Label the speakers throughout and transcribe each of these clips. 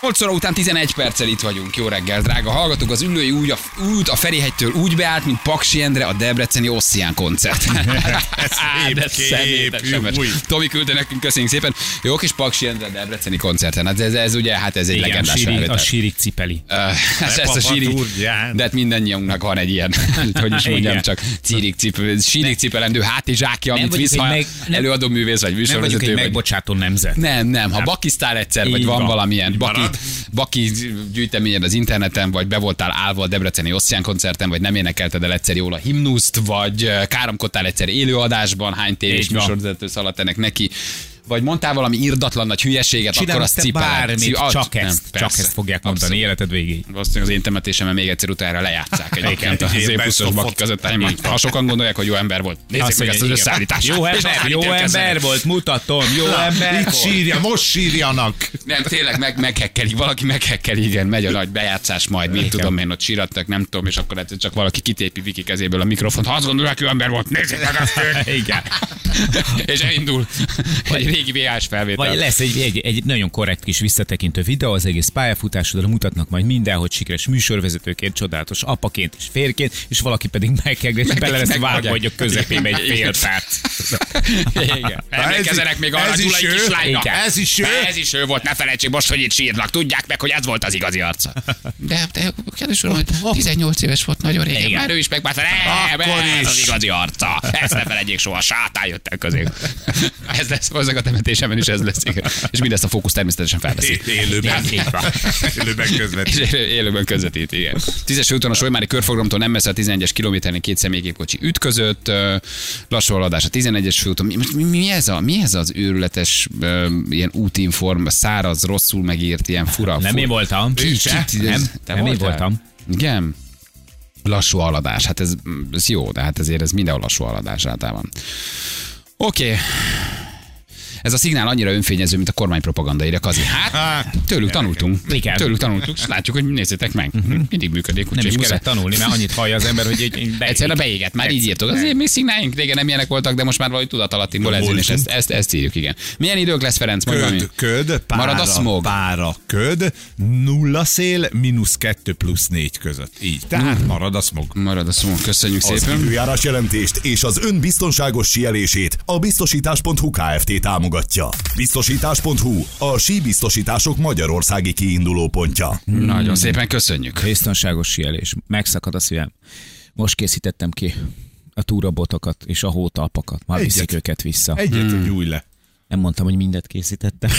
Speaker 1: 8 óra után 11 perccel itt vagyunk. Jó reggel, drága hallgatók. Az ülői úgy a, út a Ferihegytől úgy beállt, mint Paksi Endre a Debreceni Osszián koncert. Hát,
Speaker 2: szép
Speaker 1: De
Speaker 2: kép,
Speaker 1: szemétes
Speaker 2: jó,
Speaker 1: sebes.
Speaker 2: új.
Speaker 1: Tomi küldte nekünk, köszönjük szépen. Jó kis Paksi Endre a Debreceni koncerten. Hát ez, ez ugye, hát ez egy
Speaker 3: Igen,
Speaker 1: legendás
Speaker 3: síri, a
Speaker 1: felvétel.
Speaker 3: sírik cipeli.
Speaker 1: Ö, Ez, ez a síri,
Speaker 2: Lepapaturgyán.
Speaker 1: de hát mindannyiunknak van egy ilyen, hogy is mondjam,
Speaker 3: Igen.
Speaker 1: csak círik cipő, sírik cipelendő hátizsákja, amit
Speaker 3: vagyok
Speaker 1: visz,
Speaker 3: egy
Speaker 1: ha
Speaker 3: meg- nem-
Speaker 1: előadó művész vagy
Speaker 3: Nem vagyok
Speaker 1: műsorvezető
Speaker 3: egy
Speaker 1: vagy.
Speaker 3: megbocsátó nemzet.
Speaker 1: Nem, nem, ha bakisztál egyszer, vagy
Speaker 3: Így
Speaker 1: van
Speaker 3: van.
Speaker 1: valamilyen baki,
Speaker 2: Marad.
Speaker 1: baki gyűjteményed az interneten, vagy be voltál állva a Debreceni Oszcián koncerten, vagy nem énekelted el egyszer jól a himnuszt, vagy eh, káromkodtál egyszer élőadásban, hány tévés
Speaker 3: Így van.
Speaker 1: műsorvezető szaladt ennek neki, vagy mondtál valami irdatlan nagy hülyeséget,
Speaker 3: Csinálsz
Speaker 1: akkor azt
Speaker 3: te
Speaker 1: cipeled.
Speaker 3: bármit,
Speaker 1: Cip- ah,
Speaker 3: csak
Speaker 1: nem,
Speaker 3: ezt, csak
Speaker 1: persze.
Speaker 3: ezt fogják mondani
Speaker 1: Abszolút.
Speaker 3: életed végéig.
Speaker 1: Valószínűleg az én temetésemben még egyszer utána lejátszák egyébként
Speaker 2: Igen,
Speaker 1: az
Speaker 2: egy
Speaker 1: én
Speaker 2: best
Speaker 1: buszos
Speaker 2: of
Speaker 1: baki
Speaker 2: ott.
Speaker 1: között. nem, Ha sokan gondolják, hogy jó ember volt, nézzék
Speaker 3: Azt
Speaker 1: meg
Speaker 3: mondja,
Speaker 1: ezt az
Speaker 3: igen.
Speaker 1: összeállítást.
Speaker 3: Jó
Speaker 1: És
Speaker 3: ember,
Speaker 1: aztán
Speaker 3: jó
Speaker 1: ítélkezzenek.
Speaker 3: ember volt, mutatom, jó ember
Speaker 2: Itt
Speaker 3: volt.
Speaker 2: sírja, most sírjanak.
Speaker 1: Nem, tényleg meg, meghekkeli, valaki meghekkeli, igen, megy a nagy bejátszás majd, mit tudom én, ott sírattak, nem tudom, és akkor egyszer csak valaki kitépi Viki kezéből a mikrofont. Ha azt gondolják, ő ember volt, nézzék meg azt őt!
Speaker 3: Igen.
Speaker 1: És elindul egy régi VHS felvétel.
Speaker 3: Vagy lesz egy, egy, egy nagyon korrekt kis visszatekintő videó, az egész pályafutásodra mutatnak majd mindenhogy sikeres műsorvezetőként, csodálatos apaként és férként, és valaki pedig meghegli, és bele lesz
Speaker 1: megvágják.
Speaker 3: vágva, hogy a közepébe egy fél perc.
Speaker 1: Igen. Emlékezzenek még arra,
Speaker 2: ez
Speaker 1: Gyula
Speaker 2: is
Speaker 1: egy
Speaker 2: ő?
Speaker 1: kislánynak.
Speaker 3: Igen.
Speaker 2: Ez is ő?
Speaker 1: De ez is ő volt, ne felejtsék most, hogy itt sírnak. Tudják meg, hogy ez volt az igazi arca. De, hát, eh, de kedves uram, 18 éves volt nagyon régen.
Speaker 3: Igen.
Speaker 1: Már ő is megmárta, nem,
Speaker 2: Akkor
Speaker 1: ez
Speaker 2: is.
Speaker 1: az igazi arca. Ezt ne felejtjék soha, sátán jött el közé. Ez lesz, valószínűleg a temetésemen is ez lesz. Igen. És mindezt a fókusz természetesen felveszi. Igen,
Speaker 2: Élőben.
Speaker 1: így van.
Speaker 2: Élőben
Speaker 1: És
Speaker 2: közvetít.
Speaker 1: élő- élőben közvetít, igen. Tízes úton a Solymári körforgalomtól nem messze a 11-es kilométeren két személygépkocsi ütközött, ö, lassú haladás a 11-es főúton. Mi, most mi, mi, ez a, mi ez az őrületes ö, ilyen útinform, száraz, rosszul megírt, ilyen fura?
Speaker 3: Nem
Speaker 1: fura.
Speaker 3: én voltam.
Speaker 1: Ki,
Speaker 3: Nincs,
Speaker 1: ki, ki,
Speaker 3: Nem,
Speaker 1: ez- te
Speaker 3: nem én
Speaker 1: voltál?
Speaker 3: voltam.
Speaker 1: Igen. Lassú haladás, hát ez, ez jó, de hát ezért ez mindenhol lassú haladás általában. Oké. Okay. Ez a szignál annyira önfényező, mint a kormány propaganda írek azért. Hát,
Speaker 2: Hát,
Speaker 1: tőlük tanultunk.
Speaker 3: Igen.
Speaker 1: Tőlük tanultunk, és látjuk, hogy nézzétek meg. Mindig működik, úgyhogy
Speaker 3: Nem is
Speaker 1: muszáj-
Speaker 3: kellett tanulni, mert annyit hallja az ember, hogy egy, egy
Speaker 1: Egyszerűen beégett, már így írtok. Azért mi szignáink régen nem ilyenek voltak, de most már valahogy tudatalattiból ez jön, és ezt, ezt, ezt írjuk, igen. Milyen idők lesz, Ferenc? Mondj valami.
Speaker 2: Köd, köd, pára,
Speaker 1: Marad a smog.
Speaker 2: pára, köd, nulla szél, mínusz kettő plusz négy között. Így, tehát
Speaker 1: Mm.
Speaker 2: marad a smog.
Speaker 1: Marad a szó, köszönjük
Speaker 4: Az
Speaker 1: szépen.
Speaker 4: időjárás jelentést és az ön biztonságos sielését a biztosítás.hu Kft. támogatja. Biztosítás.hu a síbiztosítások Magyarországi kiinduló pontja.
Speaker 1: Nagyon szépen köszönjük.
Speaker 3: Biztonságos sielés. Megszakad a szívem. Most készítettem ki a túrabotokat és a hótalpakat. Már
Speaker 2: Egyet.
Speaker 3: viszik őket vissza.
Speaker 2: Egyet
Speaker 1: Mm.
Speaker 2: hmm. nyúj le.
Speaker 3: Nem mondtam, hogy mindet készítettem.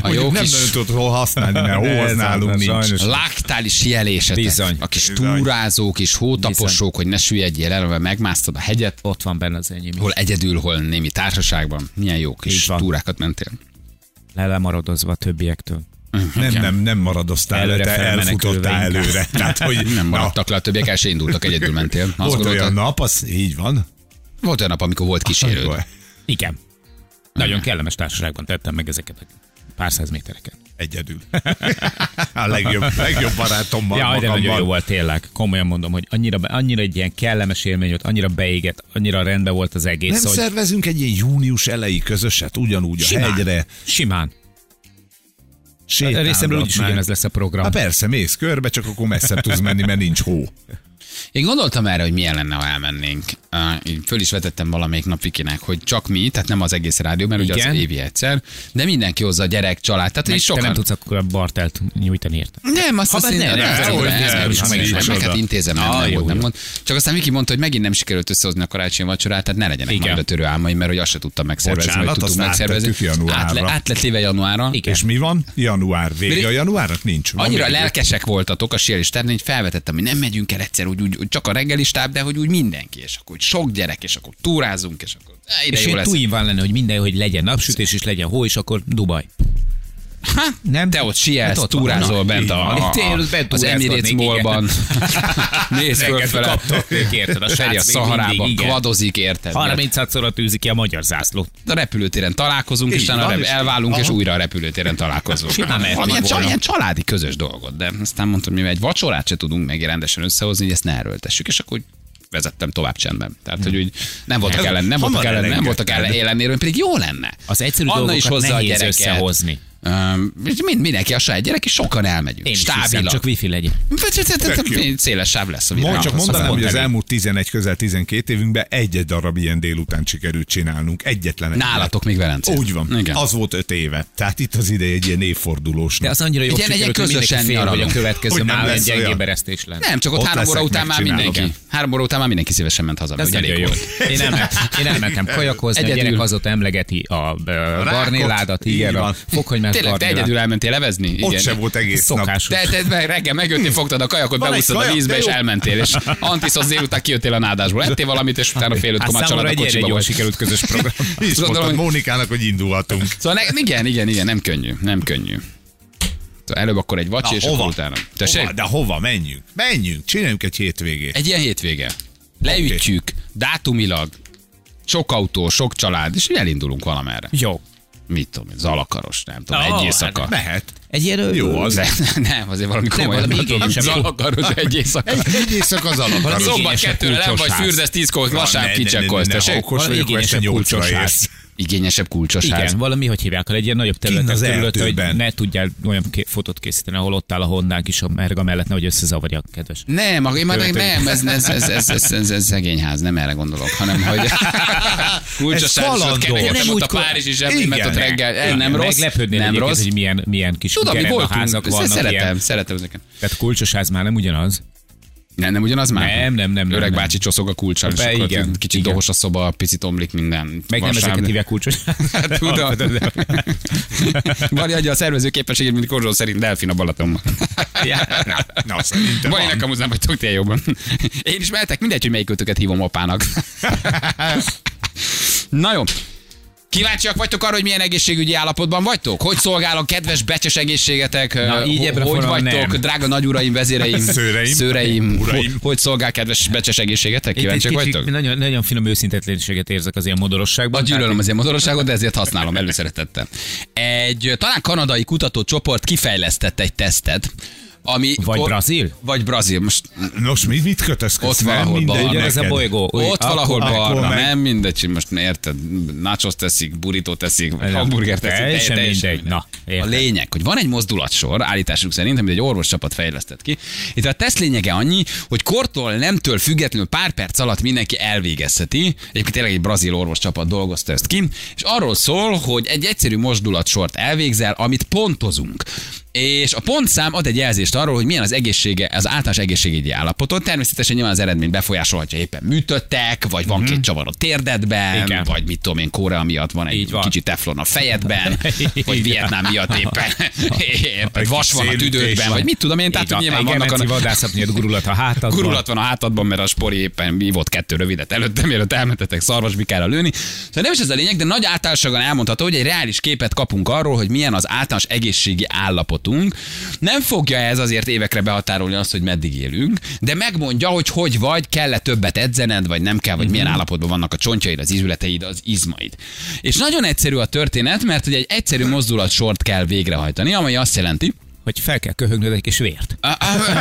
Speaker 1: A jó
Speaker 2: nem
Speaker 1: kis
Speaker 2: nagyon tudod hol használni, mert hol
Speaker 3: Ez
Speaker 2: az nálunk
Speaker 3: az,
Speaker 2: nincs.
Speaker 3: sajnos.
Speaker 1: laktális jelésetek.
Speaker 3: Bizony.
Speaker 1: A kis
Speaker 2: Bizony.
Speaker 1: túrázók, kis hótaposók, hogy ne süllyedjél el, mert megmásztad a hegyet,
Speaker 3: Ott van benne az enyém.
Speaker 1: hol egyedül, hol némi társaságban. Milyen jó
Speaker 3: Így
Speaker 1: kis
Speaker 3: van.
Speaker 1: túrákat mentél.
Speaker 3: Lelemaradozva a többiektől.
Speaker 2: Nem, nem, nem maradoztál, előre
Speaker 3: Előre
Speaker 2: te
Speaker 3: felmenekülve
Speaker 2: elfutottál
Speaker 3: inkább.
Speaker 2: előre. Tehát, hogy
Speaker 1: Nem
Speaker 2: na,
Speaker 1: maradtak le a többiek, el se indultak, egyedül mentél. Azt
Speaker 2: volt
Speaker 1: gondoltad?
Speaker 2: olyan nap, az így van.
Speaker 1: volt olyan nap, amikor volt kísérő.
Speaker 2: Akkor
Speaker 3: Igen. Nagyon kellemes társaságban tettem meg ezeket a pár száz métereket.
Speaker 2: Egyedül. A legjobb, legjobb barátommal
Speaker 3: Ja, de nagyon jó
Speaker 2: magammal.
Speaker 3: volt tényleg. Komolyan mondom, hogy annyira, be- annyira egy ilyen kellemes élmény volt, annyira beégett, annyira rendben volt az egész,
Speaker 2: Nem
Speaker 3: hogy
Speaker 2: szervezünk egy ilyen június elejé közöset, ugyanúgy a
Speaker 3: simán.
Speaker 2: hegyre.
Speaker 3: Simán.
Speaker 2: sétálgatnánk.
Speaker 3: Részemről úgyis ugyanez lesz a program.
Speaker 2: Hát persze, mész körbe, csak akkor messzebb tudsz menni, mert nincs hó.
Speaker 1: Én gondoltam erre, hogy milyen lenne, ha elmennénk. Á, így Föl is vetettem valamelyik nap Vikinek, hogy csak mi, tehát nem az egész rádió, mert ugye
Speaker 3: Igen.
Speaker 1: az évi egyszer, de mindenki hozza a gyerek, család. Tehát így
Speaker 3: És te
Speaker 1: sokan.
Speaker 3: nem tudsz akkor a bartelt nyújtani érte.
Speaker 1: Nem, azt
Speaker 3: Ha
Speaker 1: hiszem,
Speaker 3: bár
Speaker 1: nem,
Speaker 3: nem,
Speaker 1: nem,
Speaker 3: nem,
Speaker 1: nem,
Speaker 3: nem,
Speaker 1: nem,
Speaker 3: nem,
Speaker 1: nem,
Speaker 3: nem,
Speaker 1: is
Speaker 3: nem,
Speaker 1: meg is
Speaker 3: nem,
Speaker 1: meg, hát
Speaker 3: oda.
Speaker 1: intézem, nem,
Speaker 3: Ah,
Speaker 1: nem,
Speaker 3: jó,
Speaker 1: volt, nem
Speaker 3: jó.
Speaker 1: mond. Csak aztán Viki mondta, hogy megint nem sikerült összehozni a karácsonyi vacsorát, tehát ne legyenek
Speaker 3: Igen.
Speaker 1: már a törő álmaim, mert hogy azt se tudtam megszervezni,
Speaker 2: Bocsánat,
Speaker 1: vagy tudtunk
Speaker 2: azt
Speaker 1: megszervezni.
Speaker 2: áttettük januárra.
Speaker 1: Átle, átlett éve januárra.
Speaker 3: Igen.
Speaker 2: És mi van? Január. Vége
Speaker 1: Mert-
Speaker 2: a januárnak nincs. Van
Speaker 1: Annyira
Speaker 2: még egy-
Speaker 1: lelkesek voltatok a sérülés terén, hogy felvetettem, hogy nem megyünk el egyszer, úgy, úgy, úgy csak a reggelistáb, de hogy úgy mindenki, és akkor úgy sok gyerek, és akkor túrázunk, és akkor á, ide
Speaker 3: És
Speaker 1: jó
Speaker 3: én
Speaker 1: lesz.
Speaker 3: túl van lenne, hogy minden, hogy legyen napsütés, és legyen hó, és akkor Dubaj.
Speaker 1: Ha, nem?
Speaker 3: Nem?
Speaker 1: Te ott sielsz,
Speaker 3: Hát ott van.
Speaker 1: túrázol
Speaker 3: Na,
Speaker 1: bent
Speaker 3: így
Speaker 1: a,
Speaker 3: van.
Speaker 1: a,
Speaker 3: Én ott
Speaker 1: a,
Speaker 3: bent
Speaker 1: az
Speaker 3: túrázgatnék,
Speaker 1: Emirates
Speaker 3: igen.
Speaker 1: Mall-ban. Nézd fölfele.
Speaker 3: kaptok, ők érted, a
Speaker 1: Feri a
Speaker 3: srác Hát még mindig,
Speaker 1: szaharában,
Speaker 3: igen.
Speaker 1: kvadozik, érted?
Speaker 3: 36 szorra tűzi ki a magyar zászlót.
Speaker 1: a repülőtéren találkozunk, és
Speaker 2: Így
Speaker 1: utána
Speaker 2: van,
Speaker 1: rep-
Speaker 2: és-
Speaker 1: elválunk, és
Speaker 2: Aha.
Speaker 1: újra a repülőtéren találkozunk.
Speaker 3: Simán mehetünk
Speaker 1: Van ilyen,
Speaker 3: volna.
Speaker 1: csa- ilyen családi közös dolgot, de aztán mondtam, mivel egy vacsorát se tudunk meg rendesen összehozni, hogy ezt ne erőltessük, és akkor úgy vezettem tovább csendben. Tehát,
Speaker 3: Hm.
Speaker 1: hogy úgy nem voltak
Speaker 2: Ez
Speaker 1: ellen, nem
Speaker 2: hamar
Speaker 1: voltak ellen, nem voltak
Speaker 2: elengedted.
Speaker 1: ellen ellenérőn, pedig jó lenne.
Speaker 3: Hát, Az egyszerű
Speaker 1: Anna
Speaker 3: dolgokat
Speaker 1: is hozza a
Speaker 3: nehéz
Speaker 1: gyereket.
Speaker 3: összehozni.
Speaker 1: Ö, Öm, és mind, mindenki a saját gyerek, és sokan elmegyünk.
Speaker 3: Én is hiszem,
Speaker 1: Stábilag.
Speaker 3: csak wifi legyen.
Speaker 2: Tök jó.
Speaker 1: Széles sáv lesz a szóval
Speaker 2: Mond, csak
Speaker 1: világ.
Speaker 2: mondanám, hogy az
Speaker 1: Mondtad.
Speaker 2: elmúlt 11, közel 12 évünkben egy-egy darab ilyen délután sikerült csinálnunk. Egyetlen egy.
Speaker 1: Nálatok még Velencén.
Speaker 2: Úgy van.
Speaker 1: Igen.
Speaker 2: Igen. Az volt öt éve. Tehát itt az ideje egy ilyen
Speaker 3: De
Speaker 2: évfordulósnak.
Speaker 3: az annyira jó
Speaker 1: Egy- egy- egy
Speaker 3: sikerült, hogy mindenki
Speaker 1: közösen
Speaker 3: fél, hogy a
Speaker 1: nyaralunk.
Speaker 3: következő
Speaker 2: Hogy nem
Speaker 3: már egy
Speaker 2: lesz olyan.
Speaker 3: gyengébb eresztés lenne.
Speaker 1: Nem, csak ott,
Speaker 2: Ott
Speaker 1: három óra
Speaker 2: leszek,
Speaker 1: után már
Speaker 2: megcsinálom.
Speaker 1: mindenki. Három óra után már mindenki szívesen ment haza.
Speaker 3: Ez
Speaker 1: ugye
Speaker 3: nagyon
Speaker 1: elég
Speaker 3: jó.
Speaker 1: volt.
Speaker 3: Én, elment, én elmentem kajakozni,
Speaker 1: Egyedül.
Speaker 3: egyedül. a gyerek azóta emlegeti a, ö,
Speaker 2: Rákot.
Speaker 3: garnéládat, igen,
Speaker 2: Így
Speaker 3: a
Speaker 2: van.
Speaker 3: fokhagymás
Speaker 1: Tényleg, te
Speaker 3: garnélát.
Speaker 1: egyedül elmentél levezni?
Speaker 2: Ott
Speaker 1: Igen.
Speaker 2: se volt egész nap.
Speaker 3: Szokásos.
Speaker 1: Te, te meg reggel megjöttél, fogtad a kajakot,
Speaker 2: Van egy
Speaker 1: beúsztad a
Speaker 2: kajak,
Speaker 1: vízbe,
Speaker 2: de
Speaker 1: és
Speaker 2: jó.
Speaker 1: elmentél, és Antiszosz délután kijöttél a nádásból. Ettél valamit, és utána fél
Speaker 3: Hát
Speaker 1: ötkor már család
Speaker 3: számomra
Speaker 1: a
Speaker 3: egy ilyen
Speaker 1: kocsiba
Speaker 3: jól
Speaker 1: volt.
Speaker 3: sikerült közös program.
Speaker 2: És
Speaker 1: Azt
Speaker 2: mondtad
Speaker 1: gondolom, hogy-
Speaker 2: Mónikának, hogy indulhatunk.
Speaker 1: Szóval ne, igen, igen, igen, nem könnyű, nem könnyű. Szóval előbb akkor egy vacsi, és akkor utána. Tessék?
Speaker 2: Hova? De hova? Menjünk. Menjünk. Csináljunk egy hétvégét.
Speaker 1: Egy ilyen hétvége. Leütjük, dátumilag, sok autó, sok család, és így elindulunk valamerre.
Speaker 3: Jó.
Speaker 1: Mit tudom, én, zalakaros, nem tudom,
Speaker 3: Ó,
Speaker 1: egy
Speaker 3: hát
Speaker 1: éjszaka.
Speaker 2: Mehet.
Speaker 3: Egy ilyen
Speaker 2: Jó, az.
Speaker 1: De, nem, azért valami komolyan
Speaker 3: valami
Speaker 1: nem,
Speaker 3: igényesebb.
Speaker 1: zalakaros egy éjszaka.
Speaker 2: Egy, egy éjszaka az alap.
Speaker 3: Valami
Speaker 1: Szombat
Speaker 3: igényesebb
Speaker 1: kettőre nem vagy
Speaker 3: kulcsos ház.
Speaker 1: fürdesz, tízkor, lassan kicsekkolsz, tessék.
Speaker 2: Okos
Speaker 3: Valami
Speaker 2: vagyok, este
Speaker 3: igényesebb
Speaker 2: nyolcra
Speaker 3: kulcsos ház.
Speaker 2: érsz.
Speaker 1: Igényesebb kulcsos ház.
Speaker 3: Igen, valami, hogy hívják el, egy ilyen nagyobb
Speaker 2: Kinn
Speaker 3: területet
Speaker 2: az
Speaker 3: terület, hogy
Speaker 2: erdőben.
Speaker 3: ne tudjál olyan ké- fotót készíteni, ahol ott áll a honnánk is a merga mellett, nehogy összezavarja a kedves.
Speaker 1: Nem, a- én már
Speaker 3: Követő.
Speaker 1: nem, ez, ez, ez, ez, ez, ez, ez szegényház, nem erre gondolok, hanem hogy kulcsos
Speaker 2: Ez
Speaker 1: ház, és ott
Speaker 2: kalandos.
Speaker 1: kenegetem
Speaker 2: Nem
Speaker 1: ott a
Speaker 2: úgy ko-
Speaker 1: Párizsi zsebbet, mert
Speaker 2: Igen.
Speaker 1: ott reggel, el, nem rossz,
Speaker 3: Meglepődnél
Speaker 1: nem
Speaker 3: egyébként,
Speaker 1: rossz.
Speaker 3: hogy milyen, milyen kis
Speaker 1: Tudom, mi
Speaker 3: a
Speaker 1: voltunk,
Speaker 3: házak
Speaker 1: ezt
Speaker 3: vannak
Speaker 1: szeretem,
Speaker 3: ilyen.
Speaker 1: szeretem ezeket.
Speaker 3: Tehát kulcsos ház már nem ugyanaz.
Speaker 1: Nem, nem ugyanaz már?
Speaker 3: Nem, nem, nem,
Speaker 1: Öreg
Speaker 3: nem, nem.
Speaker 1: bácsi csoszog a kulcsal, és
Speaker 3: Be,
Speaker 1: akkor
Speaker 3: igen,
Speaker 1: kicsit
Speaker 3: igen.
Speaker 1: dohos a szoba, picit omlik minden.
Speaker 3: Meg nem
Speaker 1: Vasárnap.
Speaker 3: ezeket hívják kulcsos
Speaker 1: Hát, tudom. Bari adja a szervező képességét, mint Korzsó szerint Delfin a Balatonban.
Speaker 2: Na, na, szerintem
Speaker 1: Bari
Speaker 2: van.
Speaker 1: nekem hozzám vagytok ti jobban. Én is mehetek, mindegy, hogy melyikőtöket hívom apának. Na jó. Kíváncsiak vagytok arra, hogy milyen egészségügyi állapotban vagytok? Hogy szolgál a kedves becses egészségetek?
Speaker 3: Na,
Speaker 1: Ö,
Speaker 3: így
Speaker 1: ho-
Speaker 3: ebben a
Speaker 1: hogy
Speaker 3: formában
Speaker 1: vagytok,
Speaker 3: nem.
Speaker 1: drága nagyuraim, vezéreim,
Speaker 2: Szőreim.
Speaker 1: szőreim
Speaker 2: Uraim.
Speaker 1: Hogy, hogy szolgál kedves becses egészségetek?
Speaker 3: Itt egy
Speaker 1: Kíváncsiak
Speaker 3: kicsit
Speaker 1: vagytok?
Speaker 3: Nagyon, nagyon finom őszintetlenséget érzek az ilyen
Speaker 1: A
Speaker 3: modorosságban. Tehát
Speaker 1: gyűlölöm az ilyen motorosságot, de ezért használom előszeretettel. Egy ö, talán kanadai kutatócsoport kifejlesztett egy tesztet, ami
Speaker 3: Vagy brazil?
Speaker 1: Vagy brazil, most
Speaker 2: Nos, mi, mit kötözködsz?
Speaker 1: ott
Speaker 2: Nem
Speaker 1: valahol
Speaker 2: mindegy
Speaker 1: balra.
Speaker 3: Ugyanaz a
Speaker 2: neked.
Speaker 3: bolygó. Úgy,
Speaker 1: Ott valahol
Speaker 2: akkor
Speaker 1: balra,
Speaker 2: meg-
Speaker 1: nem mindegy, hogy most ne érted, nachos teszik, burrito teszik, vagy hamburger teszik.
Speaker 3: Teljesen
Speaker 1: teljesen
Speaker 3: mindegy. Na,
Speaker 1: a
Speaker 3: érted.
Speaker 1: lényeg, hogy van egy mozdulatsor, állításuk szerint, amit egy orvos csapat fejlesztett ki. Itt a teszt lényege annyi, hogy kortól, nemtől függetlenül pár perc alatt mindenki elvégezheti. Egyébként tényleg egy brazil orvos csapat dolgozta ezt ki. És arról szól, hogy egy egyszerű mozdulatsort elvégzel, amit pontozunk. És a pontszám ad egy jelzést arról, hogy milyen az egészsége, az általános egészségügyi állapoton. Természetesen nyilván az eredmény befolyásolhatja éppen műtöttek, vagy van két csavar a térdedben,
Speaker 3: Mhm. Igen.
Speaker 1: vagy mit tudom én, kóra miatt van egy
Speaker 3: Így van.
Speaker 1: kicsi teflon a fejedben, vagy
Speaker 3: Igen.
Speaker 1: Vietnám miatt éppen, éppen vas van a
Speaker 2: szélütés
Speaker 1: tüdőkben,
Speaker 2: van.
Speaker 1: vagy mit tudom én, tehát hogy nyilván vannak
Speaker 3: a...
Speaker 1: a
Speaker 3: vadászat miatt gurulat a hátadban.
Speaker 1: Gurulat van a hátadban, mert a spori éppen mi volt kettő rövidet előtte, mielőtt elmentetek szarvasbikára lőni. Szóval nem is ez a lényeg, de nagy általánosságban elmondható, hogy egy reális képet kapunk arról, hogy milyen az általános egészségi állapotunk. Nem fogja ez azért évekre behatárolni azt, hogy meddig élünk, de megmondja, hogy hogy vagy, kell-e többet edzened, vagy nem kell, vagy milyen
Speaker 3: Mhm.
Speaker 1: állapotban vannak a csontjaid, az izületeid, az izmaid. És nagyon egyszerű a történet, mert ugye egy egyszerű mozdulatsort kell végrehajtani, ami azt jelenti,
Speaker 3: Hogy fel kell köhögnöd egy kis vért.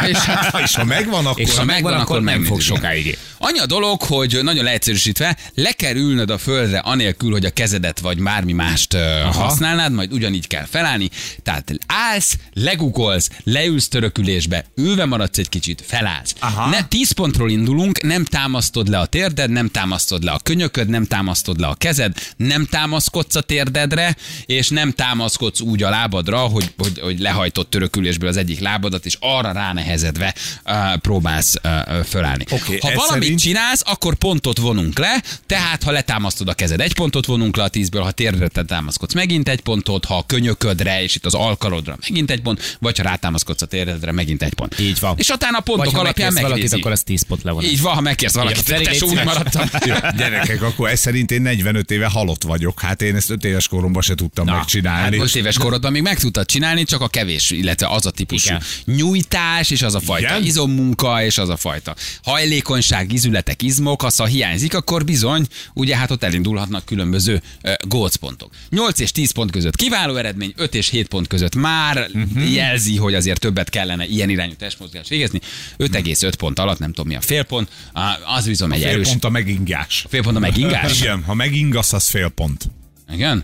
Speaker 1: és hát
Speaker 2: Ha, És ha megvan, akkor...
Speaker 3: És ha megvan, akkor nem
Speaker 1: megnézzük.
Speaker 3: fog sokáig élni.
Speaker 1: Annyi a dolog, hogy nagyon leegyszerűsítve, le kell ülnöd a földre anélkül, hogy a kezedet vagy bármi mást ö, használnád, majd ugyanígy kell felállni. Tehát állsz, legugolsz, leülsz törökülésbe, ülve maradsz egy kicsit, felállsz.
Speaker 2: Aha.
Speaker 1: Ne, 10 pontról indulunk, nem támasztod le a térded, nem támasztod le a könyököd, nem támasztod le a kezed, nem támaszkodsz a térdedre, és nem támaszkodsz úgy a lábadra, hogy, hogy, hogy lehajtott törökülésből az egyik lábadat, és arra ránehezedve uh, próbálsz uh, fölállni.
Speaker 2: Oké,
Speaker 1: ha
Speaker 2: ez
Speaker 1: valamit
Speaker 2: szerint-
Speaker 1: csinálsz, akkor pontot vonunk le, tehát ha letámasztod a kezed, egy pontot vonunk le a tízből, ha térdre támaszkodsz, megint egy pontot, ha a könyöködre, és itt az alkalodra megint egy pont, vagy ha rátámaszkodsz a térdedre, megint egy pont.
Speaker 3: Így van.
Speaker 1: És utána a
Speaker 3: Vagy
Speaker 1: pontok
Speaker 3: ha
Speaker 1: alapján
Speaker 3: megkérsz valakit,
Speaker 1: megnézi.
Speaker 3: akkor az 10 pont levon.
Speaker 1: Így van, ha megkérsz valakit,
Speaker 3: Igen, Feri,
Speaker 1: te
Speaker 3: légy
Speaker 1: úgy
Speaker 3: szíves.
Speaker 1: maradtam.
Speaker 2: Jó, gyerekek, akkor ez szerint én 45 éve halott vagyok. Hát én ezt 5 éves koromban se tudtam Na,
Speaker 1: Hát
Speaker 2: megcsinálni.
Speaker 1: most éves korodban még meg tudtad csinálni, csak a kevés, illetve az a típusú
Speaker 3: Igen.
Speaker 1: nyújtás, és az a fajta
Speaker 2: Igen?
Speaker 1: izommunka, és az a fajta hajlékonyság, izületek, izmok, az ha hiányzik, akkor bizony, ugye hát ott elindulhatnak különböző uh, gócpontok. 8 és 10 pont között kiváló eredmény, 5 és 7 pont között már uh-huh. jelzi, hogy azért többet kellene ilyen irányú testmozgást végezni. 5,5 pont alatt, nem tudom mi a fél pont, á, az bizony egy
Speaker 2: fél
Speaker 1: erős.
Speaker 2: pont a megingás.
Speaker 1: Fél pont a megingás.
Speaker 2: Igen, ha megingasz, az fél pont.
Speaker 1: Igen?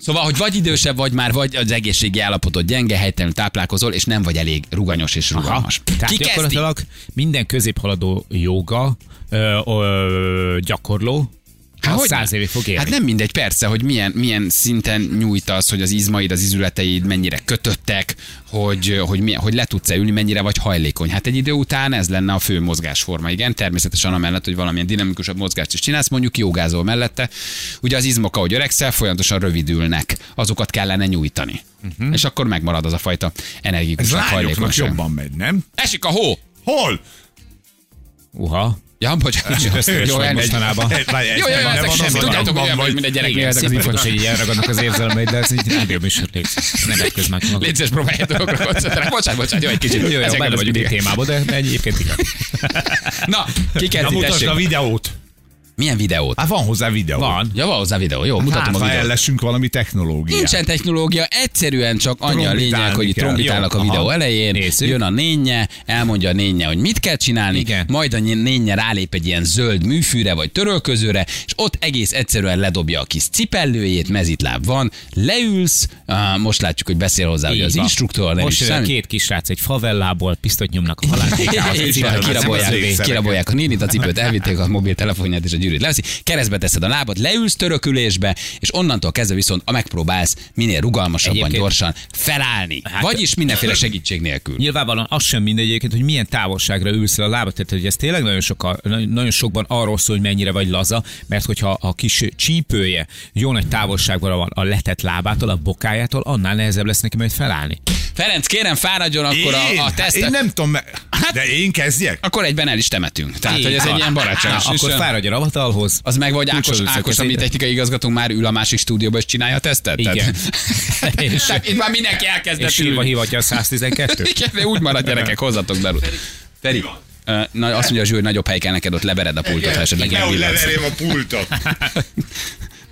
Speaker 1: Szóval, hogy vagy idősebb vagy már, vagy az egészségi állapotod gyenge, helytelenül táplálkozol, és nem vagy elég ruganyos és rugalmas.
Speaker 3: Tehát
Speaker 1: Ki kezdi?
Speaker 3: gyakorlatilag minden középhaladó joga ö, ö, gyakorló,
Speaker 1: Há,
Speaker 3: hát
Speaker 1: hogyne.
Speaker 3: száz évig fog élni.
Speaker 1: Hát nem mindegy, persze, hogy milyen, milyen szinten nyújt az, hogy az izmaid, az izületeid mennyire kötöttek, hogy, hogy, mi, hogy le tudsz ülni, mennyire vagy hajlékony. Hát egy idő után ez lenne a fő mozgásforma. Igen, természetesen amellett, hogy valamilyen dinamikusabb mozgást is csinálsz, mondjuk jogázol mellette. Ugye az izmok, ahogy öregszel, folyamatosan rövidülnek. Azokat kellene nyújtani.
Speaker 3: Mhm.
Speaker 1: Uh-huh. És akkor megmarad az a fajta
Speaker 2: Ez
Speaker 1: energikus
Speaker 2: lányoknak
Speaker 1: hajlékonyság.
Speaker 2: jobban megy, nem?
Speaker 1: Esik a hó!
Speaker 2: Hol?
Speaker 3: Uha.
Speaker 1: Ja, bocsánat,
Speaker 3: Ösztönös
Speaker 1: jó,
Speaker 3: vagy
Speaker 1: elnézést.
Speaker 3: mostanában.
Speaker 1: Jó, jó, ezek sem. Tudjátok, hogy olyan vagy, mint egy gyereknél ezek az
Speaker 3: szép
Speaker 1: infók.
Speaker 3: fontos, hogy így elragadnak az érzelmeid, de ez így rádió műsor létezik. Nem egy közmák magad.
Speaker 1: Légy szíves, próbálj a dolgokra koncentrálni. Bocsánat, bocsánat, jó, egy kicsit.
Speaker 3: Jó, jó,
Speaker 1: Ezekben
Speaker 3: benne
Speaker 1: vagyunk,
Speaker 3: vagyunk a
Speaker 1: igen.
Speaker 3: témába, de de egyébként igen.
Speaker 1: Na, ki
Speaker 2: Na
Speaker 1: kezdi,
Speaker 2: mutasd
Speaker 1: tessék?
Speaker 2: a videót.
Speaker 1: Milyen videót?
Speaker 2: Hát van hozzá videó.
Speaker 3: Van.
Speaker 1: Ja, van hozzá videó. Jó,
Speaker 2: Hát,
Speaker 1: mutatom a
Speaker 2: ha
Speaker 1: videót.
Speaker 2: ellesünk valami technológiát.
Speaker 1: Nincsen technológia, egyszerűen csak annyi a lényeg,
Speaker 2: Trombitálni
Speaker 1: hogy itt
Speaker 2: kell.
Speaker 1: trombitálnak
Speaker 2: Jó,
Speaker 1: a videó
Speaker 2: aha.
Speaker 1: elején,
Speaker 3: Nézzük.
Speaker 1: jön a nénye, elmondja a nénye, hogy mit kell csinálni,
Speaker 3: Igen.
Speaker 1: majd a nénye rálép egy ilyen zöld műfűre vagy törölközőre, és ott egész egyszerűen ledobja a kis cipellőjét, mezitláb van, leülsz, ah, most látjuk, hogy beszél hozzá, hogy
Speaker 3: Így
Speaker 1: az
Speaker 3: van.
Speaker 1: instruktor nem
Speaker 3: Most
Speaker 1: is
Speaker 3: jön a
Speaker 1: számít.
Speaker 3: két kisrác egy favellából, pisztot nyomnak a haláltékához.
Speaker 1: Így van, kirabolják, kirabolják a nénit, a cipőt, elvitték a mobiltelefonját és a gyűrűt leveszi, keresztbe teszed a lábad, leülsz törökülésbe, és onnantól kezdve viszont a megpróbálsz minél rugalmasabban,
Speaker 3: Egyébként-
Speaker 1: gyorsan felállni.
Speaker 3: Hát-
Speaker 1: Vagyis mindenféle segítség nélkül.
Speaker 3: Nyilvánvalóan az sem mindegy egyébként, hogy milyen távolságra ülsz el a lábat, tehát hogy ez tényleg nagyon, soka, nagyon sokban arról szól, hogy mennyire vagy laza, mert hogyha a kis csípője jó nagy távolságban van a letett lábától, a bokájától, annál nehezebb lesz neki majd felállni.
Speaker 1: Ferenc, kérem, fáradjon akkor
Speaker 2: én?
Speaker 1: a, a
Speaker 2: Hát
Speaker 1: tesztet.
Speaker 2: Én nem tudom, me- de én kezdjek?
Speaker 1: Akkor egyben el is temetünk. Tehát,
Speaker 3: Így
Speaker 1: hogy ez
Speaker 3: van.
Speaker 1: egy ilyen barátságos.
Speaker 3: Na, Akkor
Speaker 1: és-
Speaker 3: fáradjon a vatalhoz.
Speaker 1: az meg vagy Ákos,
Speaker 3: Kulcsolódsz a
Speaker 1: Ákos a mi
Speaker 3: kezébe.
Speaker 1: technikai igazgatónk már ül a másik stúdióban és csinálja a tesztet.
Speaker 3: Igen.
Speaker 1: Tehát,
Speaker 3: És-
Speaker 1: tehát itt már mindenki elkezdett
Speaker 3: És sírva
Speaker 1: ülni.
Speaker 3: hivatja a 112-t.
Speaker 1: Igen, de úgy marad gyerekek, hozzatok darut. Feri, ö, na, azt mondja a zsűr, nagyobb hely kell neked, ott levered a pultot, ha esetleg
Speaker 2: Nehogy
Speaker 1: megvillansz.
Speaker 2: leverjem a pultot.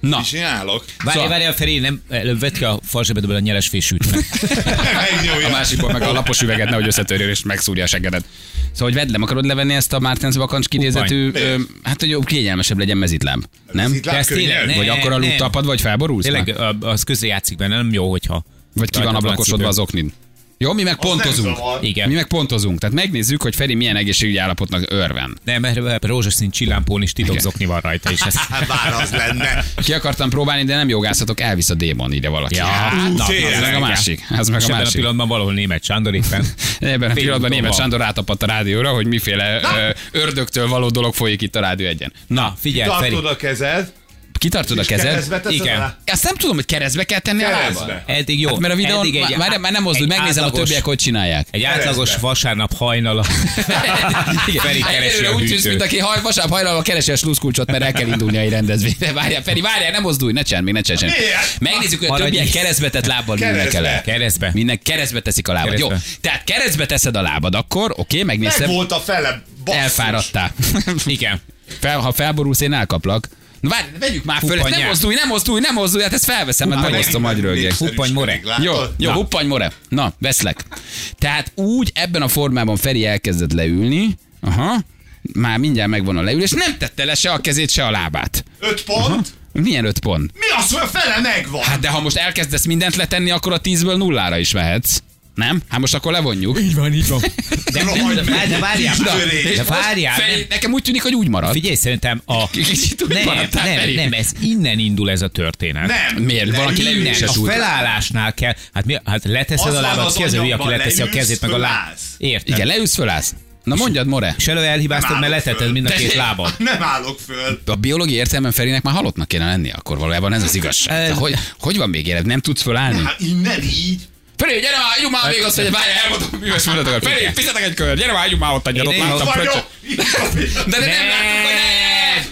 Speaker 1: Na,
Speaker 2: Csinálok.
Speaker 3: Várj,
Speaker 1: Szóval-
Speaker 3: várj, a Feri, nem előbb vedd ki a falzsebedből a nyeles fésűt.
Speaker 2: Megnyomja.
Speaker 1: a másikból meg a lapos üveget, nehogy összetörjön és megszúrja a segedet. Szóval, hogy vedd, nem akarod levenni ezt a Martens Bakancs kinézetű, ö, hát hogy jobb kényelmesebb legyen mezitláb. Nem?
Speaker 2: Mezitláb
Speaker 1: Ezt
Speaker 2: könnyű?
Speaker 1: tényleg?
Speaker 3: Ne,
Speaker 1: Vagy akkor a
Speaker 3: nem.
Speaker 1: tapad, vagy felborulsz?
Speaker 3: Tényleg
Speaker 1: már?
Speaker 3: a- az közé játszik benne, nem jó, hogyha.
Speaker 1: Vagy ki van
Speaker 3: rajtad
Speaker 1: ablakosodva
Speaker 3: cipő.
Speaker 1: az oknin? Jó, mi meg pontozunk.
Speaker 3: Igen.
Speaker 1: Mi meg pontozunk. Tehát megnézzük, hogy Feri milyen egészségügyi állapotnak örven.
Speaker 3: Nem, mert- mert rózsaszín csillámpón is
Speaker 1: Igen. Hát
Speaker 3: titokzokni van rajta, és ez
Speaker 2: Bár Hát az lenne.
Speaker 1: Ki akartam próbálni, de nem jogászatok, elvisz a démon ide valaki.
Speaker 3: Ja,
Speaker 1: Hát,
Speaker 3: ú,
Speaker 1: na,
Speaker 2: tényleg.
Speaker 1: ez meg a másik. Ez meg
Speaker 3: És
Speaker 1: a
Speaker 3: ebben a
Speaker 1: másik.
Speaker 3: pillanatban valahol német Sándor éppen.
Speaker 1: Ebben a pillanatban
Speaker 3: Félúton
Speaker 1: német
Speaker 3: van.
Speaker 1: Sándor rátapadt a rádióra, hogy miféle ö, ördögtől való dolog folyik itt a rádió egyen.
Speaker 3: Na, figyelj, Feri.
Speaker 5: Tartod a kezed,
Speaker 1: Kitartod a kezed?
Speaker 5: keresztbe teszed
Speaker 3: Igen.
Speaker 5: alá.
Speaker 1: Azt nem tudom, hogy keresztbe kell tenni a
Speaker 5: Keresztbe.
Speaker 1: lábad.
Speaker 3: Eddig jó.
Speaker 1: Hát, mert a videón
Speaker 3: Eddig
Speaker 1: már, már, már nem mozdul,
Speaker 3: egy
Speaker 1: megnézem a
Speaker 3: átlagos-
Speaker 1: többiek, hogy csinálják.
Speaker 3: Egy átlagos vasárnap hajnala.
Speaker 1: Igen.
Speaker 3: Feri
Speaker 1: Hát
Speaker 3: keresi
Speaker 1: előre
Speaker 3: a
Speaker 1: úgy tűz, mint
Speaker 3: hűtőt.
Speaker 1: aki haj, vasárnap hajlalva keresi a sluszkulcsot, mert el kell indulni a rendezvényre. Várjál, Feri, várjál, nem mozdulj, ne csinálj, még ne csinálj. semmit. Megnézzük, hogy a
Speaker 3: Maradj
Speaker 1: többiek
Speaker 3: így.
Speaker 1: keresztbetett lábbal ülnek el.
Speaker 3: Keresztbe.
Speaker 1: Minden keresztbe teszik a lábad. Jó,
Speaker 3: Keresztbe.
Speaker 1: tehát keresztbe teszed a lábad akkor, oké,
Speaker 5: Meg
Speaker 1: megnézem.
Speaker 5: volt a fele, basszus.
Speaker 1: Elfáradtál.
Speaker 3: Igen.
Speaker 1: Fel, ha felborulsz, én elkaplak. Na várj, vegyük már föl, ezt nem
Speaker 3: Huppanyák.
Speaker 1: mozdulj, nem mozdulj, nem mozdulj, hát ezt felveszem, mert
Speaker 3: Huppanyák.
Speaker 1: megosztom agyrölgés.
Speaker 3: Huppany more.
Speaker 1: Jó,
Speaker 5: Látod?
Speaker 1: jó, huppany more. Na, veszlek. Tehát úgy ebben a formában Feri elkezdett leülni, aha, már mindjárt megvan a leülés, nem tette le se a kezét, se a lábát.
Speaker 5: Öt pont.
Speaker 1: Milyen öt pont?
Speaker 5: Mi az, hogy a fele megvan?
Speaker 1: Hát de ha most elkezdesz mindent letenni, akkor a tízből nullára is mehetsz. Nem? Hát most akkor levonjuk. Így van, így van.
Speaker 3: De, de, de, de várjál, de várjál,
Speaker 1: Feri,
Speaker 3: nem.
Speaker 1: nekem úgy tűnik, hogy úgy marad.
Speaker 3: Figyelj, szerintem a...
Speaker 1: Kicsit úgy
Speaker 3: Nem,
Speaker 1: maradtál,
Speaker 3: nem,
Speaker 1: Feri.
Speaker 3: nem, ez innen indul ez a történet.
Speaker 5: Nem.
Speaker 1: Miért? Valaki
Speaker 5: Leülsz.
Speaker 1: leül
Speaker 3: Nem,
Speaker 1: és
Speaker 3: a
Speaker 1: az úgy.
Speaker 3: felállásnál kell, hát, mi, hát leteszed
Speaker 5: Az
Speaker 3: a
Speaker 5: van
Speaker 3: lábad,
Speaker 5: az
Speaker 3: ki az a aki
Speaker 5: anyagban,
Speaker 3: leteszi a
Speaker 5: leülsz,
Speaker 3: kezét, meg a láb.
Speaker 5: fölállsz.
Speaker 3: Érted?
Speaker 1: Igen, leülsz, fölállsz. Na mondjad, More.
Speaker 3: És elő elhibáztad,
Speaker 5: Nem
Speaker 3: mert
Speaker 5: állok
Speaker 3: letetted
Speaker 5: föl.
Speaker 3: mind a
Speaker 1: De-
Speaker 3: két lábad.
Speaker 5: Nem állok föl.
Speaker 1: A biológiai értelemben Ferinek már halottnak kéne lennie akkor valójában, ez az igazság. De Hogy, hogy van még élet? Nem tudsz fölállni?
Speaker 5: Hát innen így.
Speaker 1: Feri, gyere már, hagyjuk már még azt, hogy várj, elmondom, mi most mondod akar. Feri, fizetek egy kör, gyere már, hagyjuk már ott egy ott
Speaker 3: Én
Speaker 1: láttam
Speaker 3: vagyok.
Speaker 1: fröccsöt. De, de nem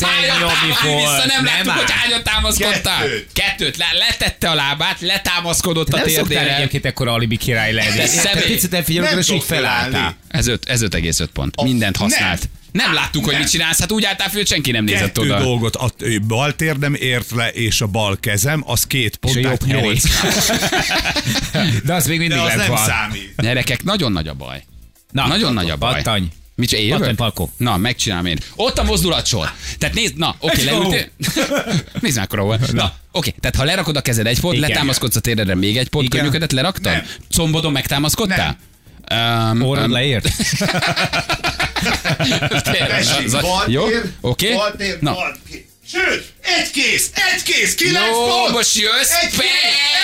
Speaker 3: Ne,
Speaker 1: láttuk,
Speaker 3: te
Speaker 1: hogy
Speaker 3: nyomni volt.
Speaker 1: ne, vissza,
Speaker 3: Nem
Speaker 1: nem láttuk,
Speaker 3: áll.
Speaker 1: hogy hányat támaszkodtál.
Speaker 5: Kettőt.
Speaker 1: Kettőt, le- letette a lábát, letámaszkodott a
Speaker 3: Nem szoktál
Speaker 1: térdére.
Speaker 3: egyébként ekkora alibi király lenni.
Speaker 1: De
Speaker 3: Te
Speaker 1: személy.
Speaker 3: picit elfigyelőd,
Speaker 5: Nem
Speaker 3: és így
Speaker 5: tudok
Speaker 3: felálltál.
Speaker 5: felállni.
Speaker 1: Ez öt- ez 5,5 pont. Mindent használt. Nem láttuk, hogy
Speaker 5: Nem.
Speaker 1: mit csinálsz, hát úgy álltál föl, senki nem nézett
Speaker 2: Kettő
Speaker 1: oda.
Speaker 2: dolgot, a ö, bal térdem ért le, és a bal kezem, az két pont,
Speaker 3: És a
Speaker 2: tehát
Speaker 3: jobb hely.
Speaker 2: nyolc.
Speaker 3: De az még mindig
Speaker 5: De az
Speaker 3: lent
Speaker 5: nem
Speaker 3: van.
Speaker 5: számít.
Speaker 1: Gyerekek, nagyon nagy a baj.
Speaker 3: Na,
Speaker 1: Nagyon nagy a baj.
Speaker 3: Pattany.
Speaker 1: Mit csinál, én jövök?
Speaker 3: Pattan Palkó.
Speaker 1: Na, megcsinálom én. Ott a mozdulatsor. Tehát nézd, na, oké,
Speaker 2: Let's go.
Speaker 1: leültél. Nézd már akkor ahol. Na, oké, Oké, tehát ha lerakod a kezed egy pont,
Speaker 3: Igen.
Speaker 1: letámaszkodsz a térdedre még egy pont,
Speaker 3: Igen.
Speaker 1: könyöködet leraktad?
Speaker 5: Nem.
Speaker 1: Combodon megtámaszkodtál? Um,
Speaker 3: Orrod leért?
Speaker 5: Tessék, bal
Speaker 1: Jó?
Speaker 5: tér,
Speaker 1: Oké?
Speaker 5: Bal tér,
Speaker 1: Na,
Speaker 5: bal tér. Sőt, egy kész, egy kész, kilenc
Speaker 1: jó,
Speaker 5: pont!
Speaker 1: most
Speaker 5: Egy
Speaker 1: jössz,
Speaker 5: kéz,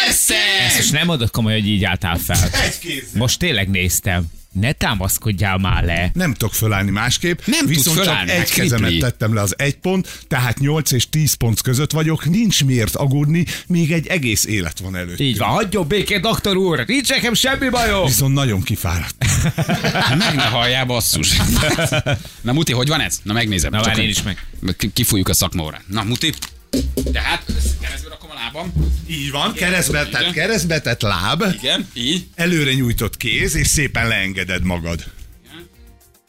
Speaker 1: persze!
Speaker 3: Ezt most nem adod komoly, hogy így álltál fel.
Speaker 5: Egy kéz.
Speaker 3: Most tényleg néztem. Ne támaszkodjál már le.
Speaker 2: Nem tudok fölállni másképp.
Speaker 1: Nem tudsz
Speaker 2: viszont
Speaker 1: fölállni,
Speaker 2: csak egy
Speaker 1: hát kripli.
Speaker 2: kezemet tettem le az egy pont, tehát 8 és 10 pont között vagyok, nincs miért aggódni, még egy egész élet van előtt.
Speaker 3: Így van, hagyjon békén, doktor úr! Nincs nekem semmi bajom!
Speaker 2: Viszont nagyon kifáradt.
Speaker 1: Meg Hát ne halljál, basszus. Na, Muti, hogy van ez? Na, megnézem.
Speaker 3: Na, várj,
Speaker 1: Csak,
Speaker 3: én is meg.
Speaker 1: ki- Kifújjuk a szakmórát. Na, Muti, tehát keresztül rakom a lábam.
Speaker 2: Így van,
Speaker 1: Igen.
Speaker 2: keresztbetett, keresztbetett láb,
Speaker 1: Igen, így.
Speaker 2: előre nyújtott kéz, és szépen leengeded magad.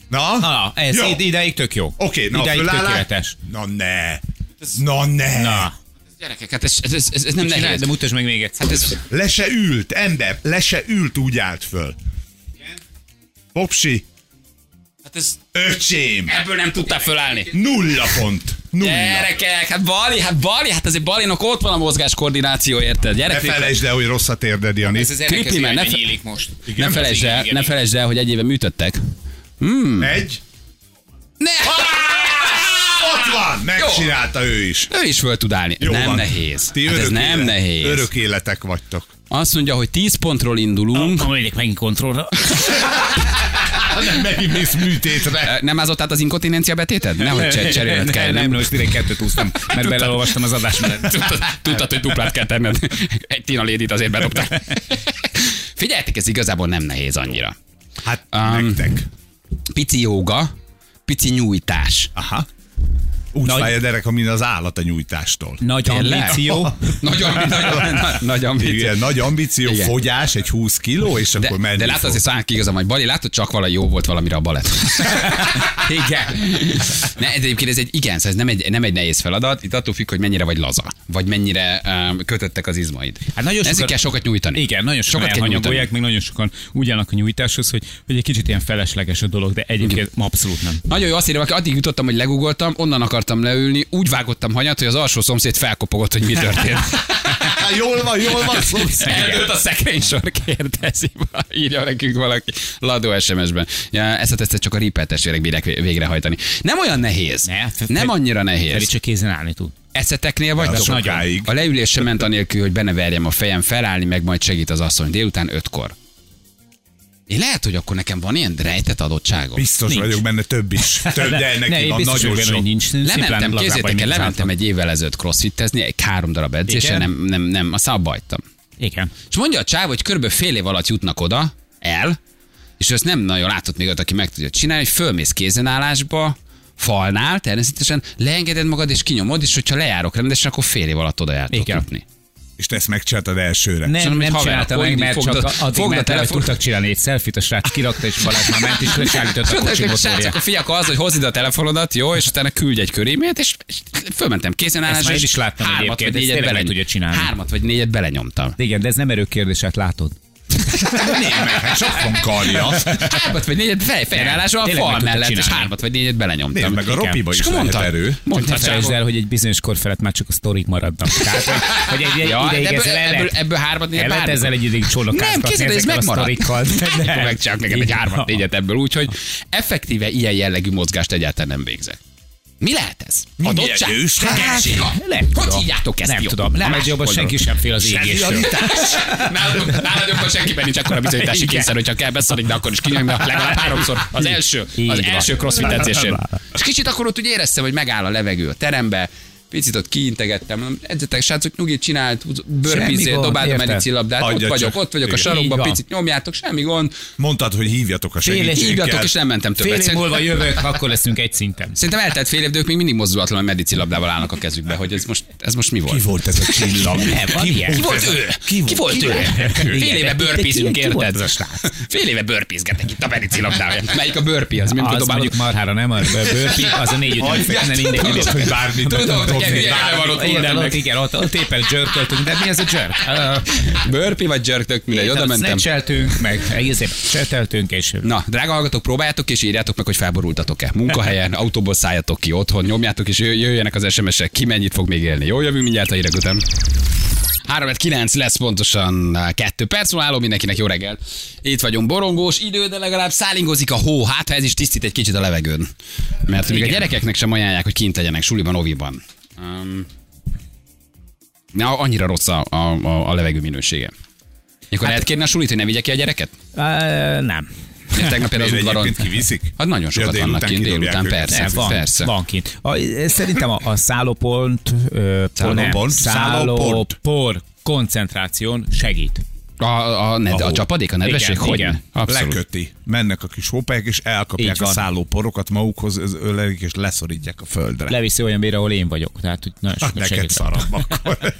Speaker 2: Na?
Speaker 3: Na, ez
Speaker 2: Jó.
Speaker 3: id- ideig tök jó.
Speaker 2: Oké, na
Speaker 3: ideig
Speaker 2: fölállás.
Speaker 3: tökéletes.
Speaker 2: Na ne! Na ne!
Speaker 3: Na,
Speaker 1: Gyerekek, hát ez, ez, ez, ez nem
Speaker 3: csináld,
Speaker 1: nehéz.
Speaker 3: de mutasd meg még egyszer.
Speaker 1: Hát ez,
Speaker 2: Le se ült, ember, le se ült, úgy állt föl. Popsi,
Speaker 1: hát ez,
Speaker 2: öcsém,
Speaker 1: ebből nem tudtál fölállni.
Speaker 2: nulla pont, nulla.
Speaker 1: Gyerekek, hát Bali, hát Bali, hát azért Balinak ott van a mozgáskoordináció, érted?
Speaker 2: Ne
Speaker 1: Gyerek,
Speaker 2: felejtsd el, hogy rosszat érded, Jani.
Speaker 3: Ez az érdekes,
Speaker 1: Kripli,
Speaker 3: hogy
Speaker 1: mert ne fe-
Speaker 3: nyílik most.
Speaker 1: ne felejtsd el, ne felejtsd el, hogy egy éve műtöttek. Hmm.
Speaker 2: Egy,
Speaker 1: Ne!
Speaker 2: ott van, megcsinálta ő is.
Speaker 1: Ő is föl tud állni.
Speaker 2: Jó
Speaker 1: nem
Speaker 2: van.
Speaker 1: nehéz.
Speaker 2: Ti
Speaker 1: hát ez
Speaker 2: örök
Speaker 1: nem
Speaker 2: élet-
Speaker 1: nehéz.
Speaker 2: Örök életek vagytok.
Speaker 1: Azt mondja, hogy 10 pontról indulunk.
Speaker 3: Na, megyek megint kontrollra.
Speaker 2: Nem megint mész műtétre.
Speaker 1: Ö, Nem ázott át az inkontinencia betéted? Nehogy cse- cserélned kell.
Speaker 3: Nem, most direkt kettőt úsztam, mert beleolvastam az adás mellett.
Speaker 1: Tudtad, tudtad, hogy duplát kell tenned. Egy Tina Lédit azért bedobtál. Figyeljetek, ez igazából nem nehéz annyira.
Speaker 2: Hát,
Speaker 1: Um,
Speaker 2: nektek.
Speaker 1: Pici jóga, pici nyújtás.
Speaker 3: Ah,
Speaker 2: Aha. Úgy
Speaker 3: Nagy-
Speaker 2: fáj a derek, mint az állat a nyújtástól.
Speaker 3: Nagy
Speaker 1: Tényleg?
Speaker 3: ambíció.
Speaker 1: Nagy, ambi- nagy, nagy, nagy ambíció.
Speaker 2: Igen, nagy ambíció,
Speaker 1: Igen.
Speaker 2: fogyás, egy 20 kiló, és
Speaker 1: De,
Speaker 2: akkor menni
Speaker 1: de látod, azért szállnak igazam, hogy Bali, látod, csak valami jó volt valamire a balett. igen. Ne, de egyébként ez egy, igen, szóval ez nem egy, nem egy nehéz feladat, itt attól függ, hogy mennyire vagy laza, vagy mennyire um, kötöttek az izmaid.
Speaker 3: Hát nagyon
Speaker 1: Ezzel
Speaker 3: sokat-
Speaker 1: kell sokat nyújtani.
Speaker 3: Igen, nagyon sokan
Speaker 1: sokat kell nyújtani.
Speaker 3: elhanyagolják, meg nagyon sokan úgy állnak a nyújtáshoz, hogy, hogy egy kicsit ilyen felesleges a dolog, de egyébként abszolút nem.
Speaker 1: Nagyon jó, azt írja, aki addig jutottam, hogy legugoltam, onnan akartam leülni, úgy vágottam hanyat, hogy az alsó szomszéd felkopogott, hogy mi történt.
Speaker 2: Hát jól van, jól van, szomszéd.
Speaker 1: Eldőlt a szekrénysor, kérdezi, írja nekünk valaki Ladó SMS-ben. Ja, ezt a tesztet csak a ripper testvérek bírják vé- végrehajtani. Nem olyan nehéz.
Speaker 3: Ne, fe-
Speaker 1: nem
Speaker 3: fe-
Speaker 1: annyira
Speaker 3: Feri
Speaker 1: nehéz.
Speaker 3: csak kézen állni tud.
Speaker 1: Eszeteknél vagy?
Speaker 2: De
Speaker 1: Nagyon.
Speaker 2: sokáig.
Speaker 1: A leülés sem ment anélkül, hogy benne verjem a fejem, felállni, meg majd segít az asszony délután ötkor. Én lehet, hogy akkor nekem van ilyen rejtett adottságom.
Speaker 2: Biztos
Speaker 3: Nincs.
Speaker 2: vagyok benne több is. Több, de
Speaker 3: ne,
Speaker 2: neki
Speaker 3: én
Speaker 2: van
Speaker 3: biztos vagyok
Speaker 2: nagyon
Speaker 3: benne,
Speaker 2: sok.
Speaker 3: hogy nincs.
Speaker 1: Lementem, kézzétek el, lementem egy évvel ezelőtt crossfittezni, egy három darab edzésen,
Speaker 3: Igen?
Speaker 1: nem, nem, nem, a abba hagytam.
Speaker 3: Igen.
Speaker 1: És mondja a csáv, hogy körülbelül fél év alatt jutnak oda, el, és ő ezt nem nagyon látott még ott, aki meg tudja csinálni, hogy fölmész kézenállásba, falnál, természetesen leengeded magad és kinyomod, és hogyha lejárok rendesen, akkor fél év alatt oda járt
Speaker 3: Igen.
Speaker 1: jutni.
Speaker 2: És te ezt megcsináltad elsőre.
Speaker 3: Nem,
Speaker 1: Csinálom,
Speaker 3: nem
Speaker 1: hogy
Speaker 3: csinálta
Speaker 1: haverok,
Speaker 3: meg, mert
Speaker 1: fogd a-
Speaker 3: csak a- addig
Speaker 1: fogd a
Speaker 3: ment el, hogy
Speaker 1: telefon-
Speaker 3: tudtak csinálni egy szelfit, a srác kirakta, és Balázs már ment, és lesállított a kocsi motorja.
Speaker 1: Srácok, a fiak az, hogy hozd ide a telefonodat, jó, és utána küldj egy körémért, és és fölmentem kézenállásra,
Speaker 3: Ezt már én
Speaker 1: és
Speaker 3: is láttam
Speaker 1: hármat
Speaker 3: egyébként,
Speaker 1: vagy
Speaker 3: ezt
Speaker 1: négyet
Speaker 3: tényleg meg
Speaker 1: belenyom-
Speaker 3: tudja csinálni.
Speaker 1: Hármat vagy négyet belenyomtam.
Speaker 3: De Igen, de ez nem erőkérdés, hát látod.
Speaker 2: Hát csak van karja.
Speaker 1: Hármat vagy négyet fej, fejrálláson a
Speaker 3: tényleg meg
Speaker 1: fal
Speaker 3: tudta
Speaker 1: mellett, és
Speaker 3: csinálni.
Speaker 1: hármat vagy négyet belenyomtam.
Speaker 2: Nézd meg, a
Speaker 1: Igen.
Speaker 2: ropiba
Speaker 1: És
Speaker 2: is
Speaker 1: akkor
Speaker 2: lehet
Speaker 1: mondta,
Speaker 2: erő.
Speaker 1: Mondta,
Speaker 3: Ne
Speaker 1: a
Speaker 3: felejtsd
Speaker 1: csávó,
Speaker 3: el, hogy egy bizonyos kor felett már csak a sztorik maradnak. Tehát, hogy, hogy Hát, egy, egy
Speaker 1: Ja,
Speaker 3: ideig
Speaker 1: de
Speaker 3: ezzel
Speaker 1: ebből,
Speaker 3: el
Speaker 1: ebből,
Speaker 3: lehet-
Speaker 1: ebből hármat
Speaker 3: el
Speaker 1: négyet
Speaker 3: lehet ezzel egy ideig
Speaker 1: Nem,
Speaker 3: csólakáztatni
Speaker 1: kézzel, ez
Speaker 3: ezekkel a
Speaker 1: megmarad.
Speaker 3: sztorikkal. de
Speaker 1: Hát,
Speaker 3: nem.
Speaker 1: akkor megcsinálok neked egy hármat négyet ebből, úgyhogy effektíve ilyen jellegű mozgást egyáltalán nem végzek. Mi lehet ez? Adottság?
Speaker 2: erős
Speaker 1: Tehetség?
Speaker 3: Nem
Speaker 1: Hogy
Speaker 3: tudom.
Speaker 1: hívjátok ezt?
Speaker 3: Nem
Speaker 1: jó?
Speaker 3: tudom.
Speaker 1: Más
Speaker 3: Nem egy jobban
Speaker 1: oldalról.
Speaker 3: senki sem fél az égéstől.
Speaker 1: Nálad- Nálad jobban senkiben nincs akkor a bizonyítási kényszer, hogyha kell beszarik, de akkor is kinyomj, mert legalább háromszor az első,
Speaker 3: Így
Speaker 1: az
Speaker 3: van.
Speaker 1: első crossfit edzésén. És kicsit akkor ott úgy éreztem, hogy megáll a levegő a terembe, picit ott kiintegettem, mondom, edzetek, srácok, nyugit csinált,
Speaker 3: Semmi
Speaker 1: bőrpizél,
Speaker 3: gond,
Speaker 1: dobáld a
Speaker 3: érted?
Speaker 1: medicillabdát, ott
Speaker 2: Adja
Speaker 1: vagyok,
Speaker 2: csak.
Speaker 1: ott vagyok a
Speaker 2: Igen.
Speaker 1: sarokban,
Speaker 3: Így van.
Speaker 1: picit nyomjátok, semmi gond.
Speaker 2: Mondtad, hogy hívjatok a
Speaker 1: Hívjatok,
Speaker 2: segítséget.
Speaker 1: és nem mentem többet.
Speaker 3: Fél év
Speaker 1: Szerint-
Speaker 3: múlva jövök, akkor leszünk egy szinten.
Speaker 1: Szerintem eltelt fél év, de ők még mindig mozdulatlan, mert medicillabdával állnak a kezükbe, hogy ez most, ez most mi volt.
Speaker 2: Ki volt ez a csillag?
Speaker 3: Nem, van ilyen.
Speaker 1: Ki volt ő? Ki, volt ő? Fél éve bőrpízünk,
Speaker 3: ki volt ez
Speaker 1: érted?
Speaker 3: a srác?
Speaker 1: Fél éve bőrpízgetek itt a medicilabdáját. Melyik a bőrpi? Az, mint
Speaker 3: Az
Speaker 1: dobálod
Speaker 3: mondjuk marhára nem, a bőrpi, az a négy ütemet fekne
Speaker 1: Tudod,
Speaker 3: mindenki.
Speaker 2: Tudod, hogy bármit
Speaker 1: Tudod, hogy Gergely van ott
Speaker 3: Igen,
Speaker 1: mindennek.
Speaker 3: ott, igen, ott, ott éppen jerköltünk, de mi ez a jerk? Uh,
Speaker 1: Burpee vagy jerk, tök mindegy, oda mentem.
Speaker 3: Snatcheltünk, meg egész éppen cseteltünk, és
Speaker 1: Na, drága hallgatók, próbáljátok és írjátok meg, hogy felborultatok-e. Munkahelyen, autóból szálljatok ki, otthon nyomjátok és jö- jöjjenek az SMS-ek, ki mennyit fog még élni. Jó, jövünk mindjárt a hírek után. 3 9 lesz pontosan 2 perc múlva álló, mindenkinek jó reggelt. Itt vagyunk, borongós idő, de legalább szálingozik a hó, hát ha ez is tisztít egy kicsit a levegőn. Mert még a gyerekeknek sem ajánlják, hogy kint legyenek suliban, oviban. Um, na, annyira rossz a, a, a, a levegő minősége. Mikor hát, lehet kérni a sulit, hogy ne vigye ki a gyereket?
Speaker 3: uh, nem.
Speaker 1: Ja, tegnap például az
Speaker 2: Miért
Speaker 1: udvaron.
Speaker 2: egyébként kiviszik?
Speaker 1: Hát nagyon sokat
Speaker 2: Ja,
Speaker 1: ja,
Speaker 2: délután
Speaker 1: vannak kint,
Speaker 2: kidobják
Speaker 1: délután,
Speaker 2: őket.
Speaker 1: persze,
Speaker 3: Nem, van,
Speaker 1: persze.
Speaker 3: van kint. A, szerintem a, a szállópont, ö,
Speaker 2: Szállópont? Szállóport?
Speaker 3: szállópor koncentráción segít.
Speaker 1: A, a, ned, a
Speaker 2: Ahol.
Speaker 1: csapadék, a nedvesség,
Speaker 3: Igen,
Speaker 1: hogy?
Speaker 3: igen.
Speaker 1: Abszolút.
Speaker 2: Leköti. Mennek a kis hópelyek, és elkapják
Speaker 3: Így
Speaker 2: a
Speaker 3: van.
Speaker 2: szállóporokat magukhoz, az ölelik, és leszorítják a földre.
Speaker 3: Leviszi olyan bére, ahol én vagyok. Tehát, hogy nagyon
Speaker 2: hát
Speaker 3: sokat
Speaker 2: neked
Speaker 3: segít.
Speaker 2: szarabb akkor.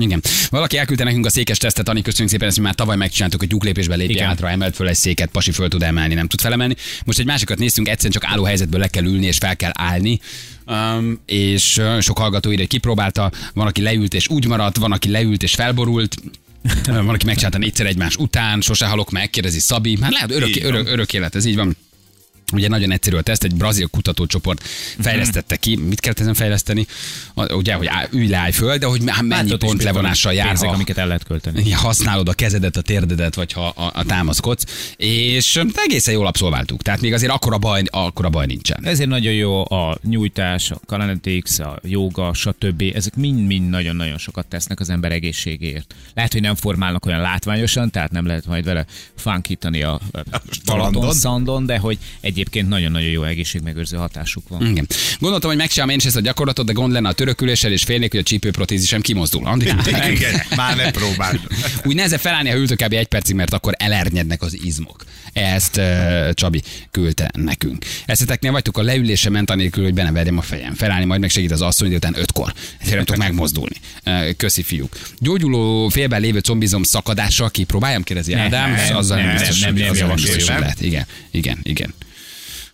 Speaker 1: Igen. Valaki elküldte nekünk a székes tesztet, Ani, köszönjük szépen, ezt mi már tavaly megcsináltuk, hogy lyuklépésben lépj
Speaker 3: Igen.
Speaker 1: hátra, emelt föl egy széket, pasi föl tud emelni, nem tud felemelni. Most egy másikat néztünk, egyszerűen csak álló helyzetből le kell ülni és fel kell állni. Um, és ö, sok hallgató ide kipróbálta, van, aki leült és úgy maradt, van, aki leült és felborult, Ö, van, aki megcsinálta négyszer egymás után, sose halok meg, kérdezi Szabi. Hát lehet, örök,
Speaker 2: Így van.
Speaker 1: örök, örök élet, ez így van. Ugye nagyon egyszerű a teszt, egy brazil kutatócsoport
Speaker 3: Mhm.
Speaker 1: fejlesztette ki, mit kellett ezen fejleszteni? A- Ugye, hogy á, ülj le, állj föl, de hogy hát mennyi
Speaker 3: Látod is,
Speaker 1: pont
Speaker 3: mit tudom,
Speaker 1: levonással jár,
Speaker 3: Pénzek,
Speaker 1: ha
Speaker 3: amiket el lehet költeni.
Speaker 1: igen, használod a kezedet, a térdedet, vagy ha a, a támaszkodsz, és te egészen jól abszolváltuk. Tehát még azért akkora baj, akkora baj nincsen.
Speaker 3: Ezért nagyon jó a nyújtás, a kalanetics, a joga, stb. Ezek mind-mind nagyon-nagyon sokat tesznek az ember egészségéért. Lehet, hogy nem formálnak olyan látványosan, tehát nem lehet majd vele fánkítani a a Balaton
Speaker 2: Strandon.
Speaker 3: szandon, de hogy egyébként nagyon-nagyon jó egészségmegőrző hatásuk van.
Speaker 1: Igen. Gondoltam, hogy megcsinálom én is ezt a gyakorlatot, de gond lenne a töröküléssel, és félnék, hogy a csípőprotézisem kimozdul. Andi, nem?
Speaker 2: Igen, már ne próbáld.
Speaker 1: Úgy nehezebb felállni, ha ültök kb. egy percig, mert akkor elernyednek az izmok. Ezt uh, Csabi küldte nekünk. Eszeteknél vagytok a leülése ment anélkül, hogy be ne verjem a fejem. Felállni majd meg segít az asszony, délután ötkor. Ezért nem tudok megmozdulni. Uh, köszi fiúk. Gyógyuló félben lévő combizom szakadással kipróbáljam, kérdezi
Speaker 3: Ne,
Speaker 1: Ádám.
Speaker 3: nem,
Speaker 1: Ez azzal nem,
Speaker 3: nem,
Speaker 1: biztos,
Speaker 3: nem,
Speaker 1: hogy
Speaker 3: nem
Speaker 1: azzal
Speaker 3: javasoljuk.
Speaker 1: biztos, hogy lehet. Igen, igen, igen.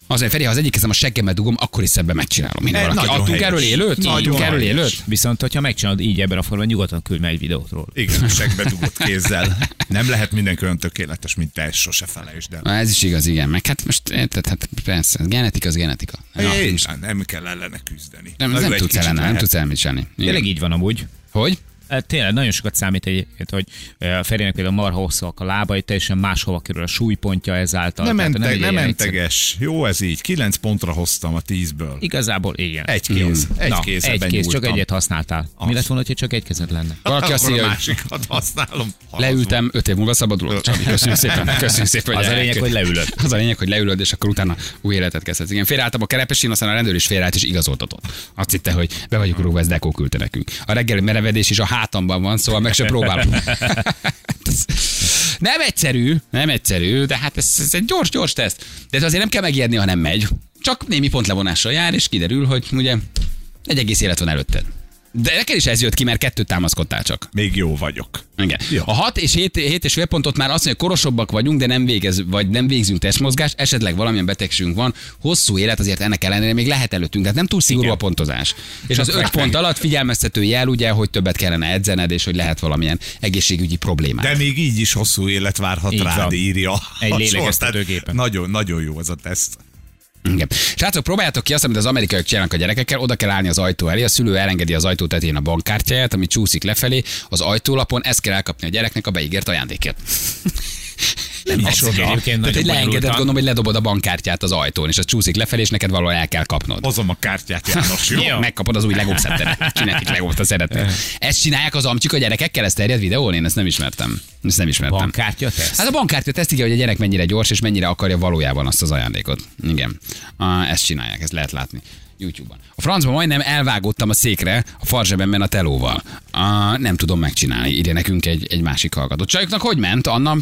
Speaker 1: Azért, Feri, ha az egyik kezem a seggemmel dugom, akkor is szebben megcsinálom, mint
Speaker 2: Ne,
Speaker 1: valaki.
Speaker 2: nagyon
Speaker 1: Adtunk
Speaker 2: helyes.
Speaker 1: erről élőt?
Speaker 2: Nagyon
Speaker 1: Adtunk erről
Speaker 2: helyes.
Speaker 1: élőt?
Speaker 3: Viszont, hogyha megcsinálod így ebben a formában, nyugodtan küld meg egy videót róla.
Speaker 2: Igen, segbe dugott kézzel. Nem lehet mindenki olyan tökéletes, mint te, ezt sose felejtsd el.
Speaker 1: Na, Ez is igaz, igen. Meg hát most, érted, hát persze, genetika az genetika. Na,
Speaker 2: Na, és nem kell ellene küzdeni.
Speaker 1: nem,
Speaker 2: Na,
Speaker 1: nem
Speaker 2: jó, egy
Speaker 1: tudsz
Speaker 2: kicsit
Speaker 1: ellene, nem
Speaker 2: lehet. Hát
Speaker 1: tudsz elmicselni.
Speaker 3: Tényleg így van amúgy.
Speaker 1: Hogy?
Speaker 3: E, Tényleg nagyon sokat számít egyébként, hogy e, a Ferének például marha hosszúak a lábai, teljesen máshova kerül a súlypontja ezáltal.
Speaker 2: Nem,
Speaker 3: Tehát
Speaker 2: mente,
Speaker 3: egy
Speaker 2: nem
Speaker 3: ilyen
Speaker 2: menteges. Jó ez így. Kilenc pontra hoztam a tízből.
Speaker 3: Igazából igen.
Speaker 2: Egy kéz.
Speaker 1: Hmm.
Speaker 2: Egy
Speaker 3: Na,
Speaker 2: kézzel
Speaker 3: egy kéz, csak
Speaker 2: benyúltam.
Speaker 3: egyet használtál. Az. Mi lett volna, ha csak egy kezed lenne?
Speaker 1: Valaki azt
Speaker 2: Akkor
Speaker 1: írja,
Speaker 2: a
Speaker 1: hogy
Speaker 2: másikat használom. Ha az
Speaker 1: leültem, öt év múlva szabadulok. Csabi, köszönjük szépen, köszönjük szépen.
Speaker 3: Az a lényeg, hogy leülöd.
Speaker 1: Az a lényeg, hogy leülöd, és akkor utána új életet kezdhetsz. Igen, félreálltam a kerepesin, aztán a rendőr is félreállt, és igazoltatott. Azt hitte, hogy be vagyok rúgva, ez Dekó küldte nekünk. A reggeli merevedés is a hátamban van, szóval meg se próbálom. nem egyszerű, nem egyszerű, de hát ez, ez egy gyors-gyors teszt. De ez azért nem kell megijedni, ha nem megy. Csak némi pontlevonással jár, és kiderül, hogy ugye egy egész élet van előtted. De neked is ez jött ki, mert kettőt támaszkodtál csak.
Speaker 2: Még jó vagyok.
Speaker 1: Igen.
Speaker 2: Jó.
Speaker 1: A 6 és 7, 7 és fél pontot már azt mondja, hogy korosabbak vagyunk, de nem, végez, vagy nem végzünk testmozgást, esetleg valamilyen betegségünk van, hosszú élet azért ennek ellenére még lehet előttünk, tehát nem túl szigorú a pontozás. És az 5 pont alatt figyelmeztető jel, ugye, hogy többet kellene edzened, és hogy lehet valamilyen egészségügyi probléma.
Speaker 2: De még így is hosszú élet várhat
Speaker 3: Így
Speaker 2: rád,
Speaker 3: van.
Speaker 2: írja. a
Speaker 3: Egy
Speaker 2: sor.
Speaker 3: lélegeztetőgépen.
Speaker 2: Tehát Nagyon, nagyon jó ez a teszt.
Speaker 1: Igen. Srácok, próbáljátok ki azt, amit az amerikaiak csinálnak a gyerekekkel, oda kell állni az ajtó elé, a szülő elengedi az ajtó tetején a bankkártyáját, ami csúszik lefelé, az ajtólapon ezt kell elkapni a gyereknek a beígért ajándékért. Nem
Speaker 3: is oda. Egyébként
Speaker 1: Tehát
Speaker 3: nagyon
Speaker 1: egy leengedett,
Speaker 3: bonyolultan.
Speaker 1: gondolom, hogy ledobod a bankkártyát az ajtón, és az csúszik lefelé, és neked valahol el kell kapnod.
Speaker 2: Hozom a kártyát, János, jó?
Speaker 1: Jó. Megkapod az új Lego szettet. Csinálják Legót a szeretet. Ezt csinálják az amcsik a gyerekekkel, ezt terjed videón? Én ezt nem ismertem. Ezt nem ismertem.
Speaker 3: Bankkártya tesz?
Speaker 1: Hát a bankkártya teszt, igen, hogy a gyerek mennyire gyors, és mennyire akarja valójában azt az ajándékot. Igen. Ah, Ezt csinálják, ezt lehet látni. YouTube-ban. A francba majdnem elvágódtam a székre, a farzsebemben a telóval. Ah, nem tudom megcsinálni, ide nekünk egy, egy másik hallgató. Csajoknak hogy ment? Anna,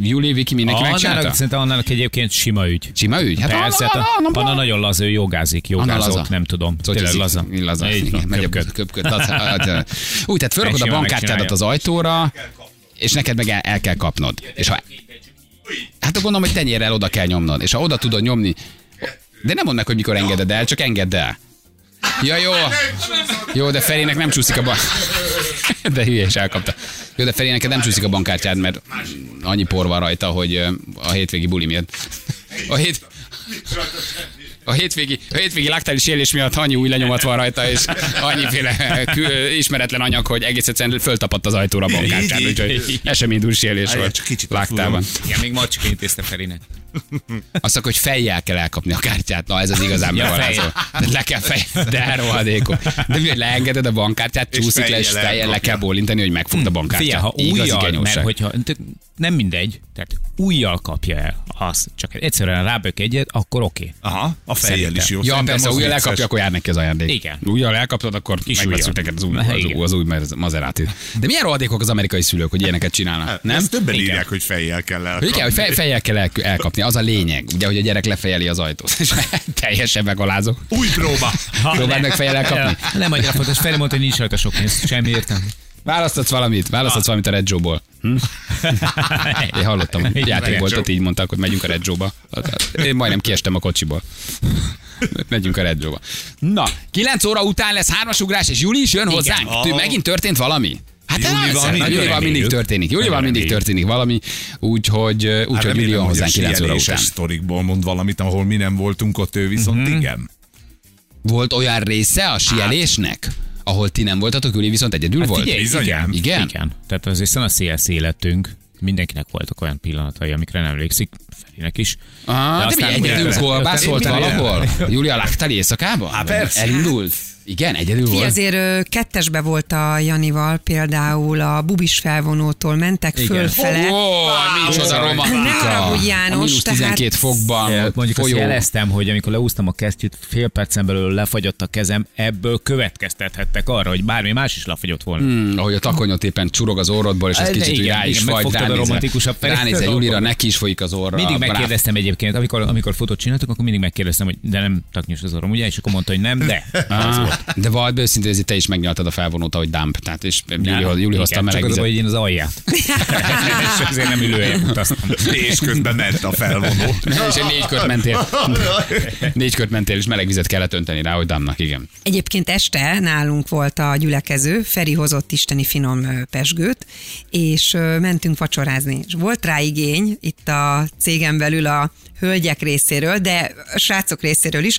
Speaker 1: Júli, Viki, mindenki megcsinálta?
Speaker 3: Annának, szerintem annának egyébként sima ügy.
Speaker 1: Sima ügy? Hát
Speaker 3: Persze,
Speaker 1: Anna,
Speaker 3: hát
Speaker 1: Anna,
Speaker 3: a-
Speaker 1: Anna,
Speaker 3: Anna nagyon laza, ő jogázik, jogázott, nem tudom. Tényleg laza.
Speaker 1: Laza.
Speaker 3: Így van,
Speaker 1: Igen, megy a
Speaker 3: köpköd.
Speaker 1: köpköd. köpköd, laza. Hát, ö, Úgy, tehát fölrakod a
Speaker 3: Egy simán
Speaker 1: bankkártyádat
Speaker 3: megcsinálja.
Speaker 1: az ajtóra, és neked meg el, el kell kapnod. És ha, hát akkor gondolom, hogy tenyérrel oda kell nyomnod. És ha oda tudod nyomni, de nem mondnak, hogy mikor engeded el, csak engedd el. Ja, jó. Jó, de Ferének nem csúszik a bank. De hülye is elkapta. Jó, de Feri, neked nem csúszik a bankkártyád, mert annyi por van rajta, hogy ö, a hétvégi buli miatt. A hét... A hétvégi, a hétvégi laktális élés miatt annyi új lenyomat van rajta, és annyiféle kül, ismeretlen anyag, hogy egész egyszerűen föltapadt az ajtóra a bankkártyád,
Speaker 2: Így, így,
Speaker 1: úgyhogy eseménydús élés
Speaker 2: Ajaj,
Speaker 1: volt.
Speaker 2: csak kicsit
Speaker 1: Láktában.
Speaker 3: Igen, még macska intézte Ferinek.
Speaker 1: Azt akkor, hogy fejjel kell elkapni a kártyát. Na, ez az igazán
Speaker 3: Ja,
Speaker 1: bevarázó.
Speaker 3: fejjel.
Speaker 1: Tehát le kell fej, de rohadékok. De mi, hogy leengeded a bankkártyát, csúszik le, és
Speaker 2: fejjel
Speaker 1: fejjel le
Speaker 2: elkapja.
Speaker 1: kell bólintani, hogy megfogd a bankkártyát.
Speaker 3: Figyelj, Hm. ha
Speaker 1: Igazi
Speaker 3: újjal, mert
Speaker 1: genyóság.
Speaker 3: hogyha tök- nem mindegy, tehát újjal kapja el, az csak egyszerűen rábök egyet, akkor oké. Okay.
Speaker 2: Aha, a fejjel
Speaker 3: Szerintem.
Speaker 2: is jó.
Speaker 1: Ja,
Speaker 2: Szerintem
Speaker 1: persze,
Speaker 2: az
Speaker 1: újjal
Speaker 2: vicces.
Speaker 1: elkapja, akkor jár neki az ajándék.
Speaker 3: Igen.
Speaker 1: Újjal elkaptad, akkor
Speaker 3: Kis
Speaker 1: megveszünk
Speaker 3: ujjal.
Speaker 1: neked az új,
Speaker 3: Na,
Speaker 1: az,
Speaker 3: igen.
Speaker 1: új, az új mazerátit. De milyen rohadékok az amerikai szülők, hogy ilyeneket
Speaker 3: Hát,
Speaker 1: csinálnak? Nem?
Speaker 2: Ezt többen
Speaker 1: Igen.
Speaker 2: írják, hogy fejjel kell elkapni.
Speaker 1: Hogy kell, hogy fej, fejjel kell el, elkapni, az a lényeg. Ugye, hogy a gyerek lefejeli az ajtót, és teljesen megalázok.
Speaker 2: Új próba.
Speaker 1: Próbáld meg fejjel elkapni.
Speaker 3: Nem annyira fontos, Feri mondta, hogy nincs rajta sok pénz, semmi értem.
Speaker 1: Választatsz valamit, választatsz valamit a Red Joe-ból. Hm? Én hallottam, hogy játékboltot így mondták, hogy megyünk a Red Joe-ba. Én majdnem kiestem a kocsiból. Megyünk a Red Joe-ba. Na, 9 óra után lesz hármas ugrás, és Júli is jön hozzánk. Tű, megint történt valami? Hát
Speaker 2: Júlival
Speaker 1: Júlival,
Speaker 2: mindig
Speaker 1: mindig, Júlival mindig
Speaker 2: reméljük.
Speaker 1: történik. Júlival mindig történik valami, úgyhogy
Speaker 2: Hát
Speaker 1: úgyhogy Júli
Speaker 2: remélem,
Speaker 1: jön
Speaker 2: hogy a
Speaker 1: hozzánk 9 óra
Speaker 2: sieléses
Speaker 1: után. Mhm.
Speaker 2: sztorikból mond valamit, ahol mi nem voltunk, ott ő viszont igen.
Speaker 1: Volt olyan része a
Speaker 2: Hát.
Speaker 1: sielésnek, ahol ti nem voltatok, Júli viszont egyedül volt?
Speaker 3: igen,
Speaker 1: Igen?
Speaker 3: igen. Tehát az hiszen a CSZ életünk, mindenkinek voltak olyan pillanatai, amikre nem emlékszik, Ferinek is.
Speaker 1: Ah, de,
Speaker 3: aztán
Speaker 1: mi egyedül
Speaker 3: újra-
Speaker 1: kolbász volt
Speaker 3: Én minden-
Speaker 1: valahol? Júlia, láktál éjszakába? Hát
Speaker 2: persze.
Speaker 1: Elindult? Igen, egyedül
Speaker 6: Ki
Speaker 1: volt.
Speaker 6: azért ö, kettesbe volt a Janival, például a bubis felvonótól mentek
Speaker 3: Igen.
Speaker 6: fölfele.
Speaker 1: Ó, micsoda
Speaker 6: Ne
Speaker 1: romantika.
Speaker 6: haragudj,
Speaker 1: A
Speaker 6: János,
Speaker 1: mínusz
Speaker 6: tehát-
Speaker 1: 12 fokban,
Speaker 3: Ja,
Speaker 1: ott
Speaker 3: Mondjuk
Speaker 1: folyó.
Speaker 3: azt jeleztem, hogy amikor leúztam a kesztyűt, fél percen belül lefagyott a kezem, ebből következtethettek arra, hogy bármi más is lefagyott volna. Hmm.
Speaker 1: Mm, ahogy a takonyot éppen csurog az orrodból, és ez
Speaker 3: Ez-
Speaker 1: kicsit
Speaker 3: igen,
Speaker 1: úgy rá is
Speaker 3: igen,
Speaker 1: fagy,
Speaker 3: megfogtad a romantikusabb
Speaker 1: ránézel,
Speaker 3: fejét.
Speaker 1: ránézel Julira, neki is folyik az orra.
Speaker 3: Mindig
Speaker 1: rá-
Speaker 3: megkérdeztem egyébként, amikor, amikor fotót csináltuk, akkor mindig megkérdeztem, hogy de nem taknyos az orrom, ugye? És akkor mondta, hogy nem, de.
Speaker 1: Ah, de vallad be őszintén, ezért te is megnyaltad a felvonót, ahogy dump. Tehát, és Júli, Júli hozta a
Speaker 3: Csak
Speaker 1: meleg
Speaker 3: az, a
Speaker 1: vizet.
Speaker 3: baj, hogy én az alját. és azért nem ülőjel utaztam.
Speaker 2: És közben ment a felvonó.
Speaker 1: És egy négy kört mentél. Négy kört mentél, és meleg vizet kellett önteni rá, hogy dámnak, igen.
Speaker 6: Egyébként este nálunk volt a gyülekező, Feri hozott isteni finom ö, pesgőt, és ö, mentünk vacsorázni. És volt rá igény itt a cégen belül a hölgyek részéről, de a srácok részéről is,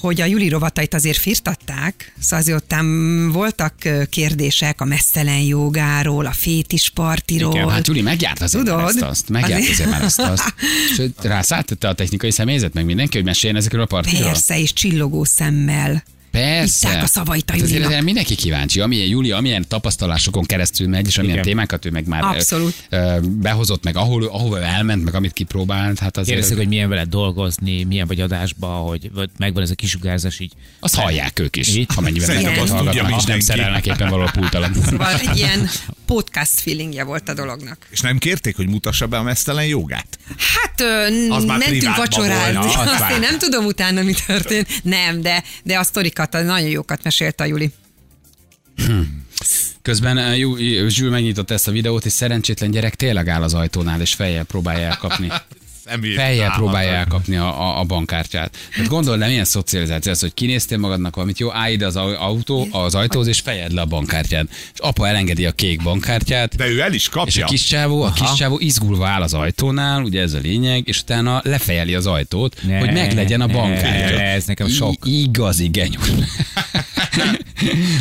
Speaker 6: hogy a Juli rovatait azért firtatták, szóval azért ott ám voltak ö, kérdések a messzelen jogáról, a fétis partiról.
Speaker 1: Igen, hát Gyuri, megjárt azért
Speaker 6: Tudod?
Speaker 1: már ezt azt, megjárt
Speaker 6: Azért-
Speaker 1: azért már ezt azt. Sőt, rászáltotta a technikai személyzet, meg mindenki, hogy meséljen ezekről a partikról.
Speaker 6: Persze, és csillogó szemmel.
Speaker 1: Persze.
Speaker 6: Itták a szavait a
Speaker 1: Hát azért
Speaker 6: Julinak.
Speaker 1: erre mindenki kíváncsi, amilyen Júlia, amilyen tapasztalásokon keresztül megy, és amilyen
Speaker 3: Igen.
Speaker 1: témákat ő meg már ö,
Speaker 6: Abszolút.
Speaker 1: ö, behozott, meg ahol, ő- ahova ő elment, meg amit kipróbált, hát azért...
Speaker 3: Kérdezték, hogy milyen veled dolgozni, milyen vagy adásba, hogy vagy megvan ez a kisugárzás így.
Speaker 1: Azt hallják ők is,
Speaker 3: Így?
Speaker 1: amennyiben
Speaker 2: Szerintem
Speaker 1: bennünket
Speaker 6: azt
Speaker 2: tudja
Speaker 1: hallgatnak, és nem
Speaker 2: mindenki.
Speaker 1: szerelnek éppen való pult alatt.
Speaker 6: Szóval egy ilyen podcast feelingje volt a dolognak.
Speaker 2: És nem kérték, hogy mutassa be a mesztelen jogát?
Speaker 6: Hát ö,
Speaker 2: Az
Speaker 6: n-
Speaker 2: már
Speaker 6: mentünk
Speaker 2: privátban
Speaker 6: vacsorázni,
Speaker 2: volna, az
Speaker 6: azt
Speaker 2: már.
Speaker 6: én nem tudom utána, mi történt. Nem, de, de a sztorikat, a nagyon jókat mesélte a Juli.
Speaker 1: Közben eh, Jú- Zsül megnyitott ezt a videót, és szerencsétlen gyerek tényleg áll az ajtónál, és fejjel próbálja elkapni. Fejjel próbálja elkapni a, a, a bankkártyát. Tehát gondold le, milyen szocializáció ez, hogy kinéztél magadnak valamit, jó, állj ide az au- autó, az ajtóhoz, és fejed le a bankkártyád. És apa elengedi a kék bankkártyát,
Speaker 2: De ő el is
Speaker 1: és a
Speaker 2: kapja.
Speaker 1: kis csávó, a kis csávó izgulva áll az ajtónál, ugye ez a lényeg, és utána lefejeli az ajtót,
Speaker 3: Ne,
Speaker 1: hogy meglegyen a
Speaker 3: ne,
Speaker 1: bankkártya.
Speaker 3: ne, ez nekem
Speaker 1: I-
Speaker 3: sok.
Speaker 1: Igazi genyus.
Speaker 2: Már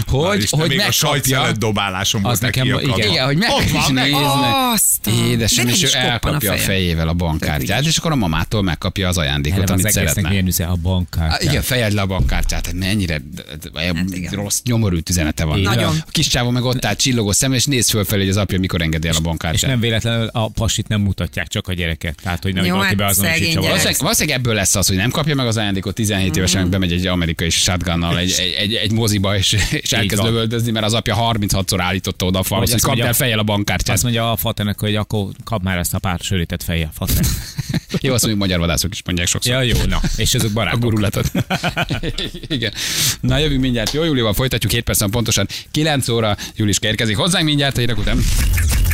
Speaker 1: hogy,
Speaker 2: Isten,
Speaker 1: hogy
Speaker 2: még a
Speaker 1: megkapja,
Speaker 2: sajtszelet dobálásom
Speaker 3: Az
Speaker 2: volt neki
Speaker 3: nekem-
Speaker 2: a kaka.
Speaker 3: igen.
Speaker 1: igen, hogy meg
Speaker 2: Ott
Speaker 1: is
Speaker 2: van, meg-
Speaker 1: néznek.
Speaker 6: Azt a-
Speaker 1: Édesem,
Speaker 6: De
Speaker 1: és
Speaker 6: nem
Speaker 1: ő
Speaker 6: is koppan a
Speaker 1: elkapja a
Speaker 6: feje.
Speaker 1: fejével a bankkártyát, és akkor a mamától megkapja az ajándékot,
Speaker 3: Erre az
Speaker 1: amit
Speaker 3: egésznek
Speaker 1: szeretne.
Speaker 3: milyen üze a
Speaker 1: Á,
Speaker 3: bankkártya.
Speaker 1: Igen, fejed le a bankkártyát, tehát mennyire d- d-
Speaker 6: Hát igen.
Speaker 1: rossz, nyomorú üzenete van.
Speaker 3: Így van.
Speaker 6: Nagyon.
Speaker 1: A kis csávó meg ott áll csillogó szem, és néz fölfelé, hogy az apja mikor engedi el a
Speaker 3: És
Speaker 1: bankkártyát.
Speaker 3: nem véletlenül a pasit nem mutatják, csak a gyereket. Tehát, hogy nem
Speaker 6: Jó,
Speaker 3: valaki
Speaker 6: hát
Speaker 3: beazonosítsa
Speaker 6: szegény
Speaker 3: valaki.
Speaker 6: gyerek.
Speaker 1: Valószínűleg, valószínűleg ebből lesz az, hogy nem kapja meg az ajándékot
Speaker 6: Mhm.
Speaker 1: 17 évesen, meg bemegy egy amerikai shotgunnal egy, egy, egy, egy moziba, és, és elkezd
Speaker 3: van.
Speaker 1: lövöldözni, mert az apja 36-szor állította oda a falhoz, hogy
Speaker 3: azt
Speaker 1: kapd
Speaker 3: mondja-
Speaker 1: el fejjel a bankkártyát.
Speaker 3: Azt mondja a faternek, hogy akkor kap már ezt a pár sörített fejjel, fater.
Speaker 1: Jó, azt mondjuk magyar vadászok is mondják sokszor.
Speaker 3: ja, jó, na. És azok
Speaker 1: a
Speaker 3: barátok.
Speaker 1: gurulatot. Igen. Na, jövünk mindjárt. Jó, Júlival folytatjuk 7 percen pontosan. 9 óra Júlis érkezik hozzánk mindjárt, a hírek után.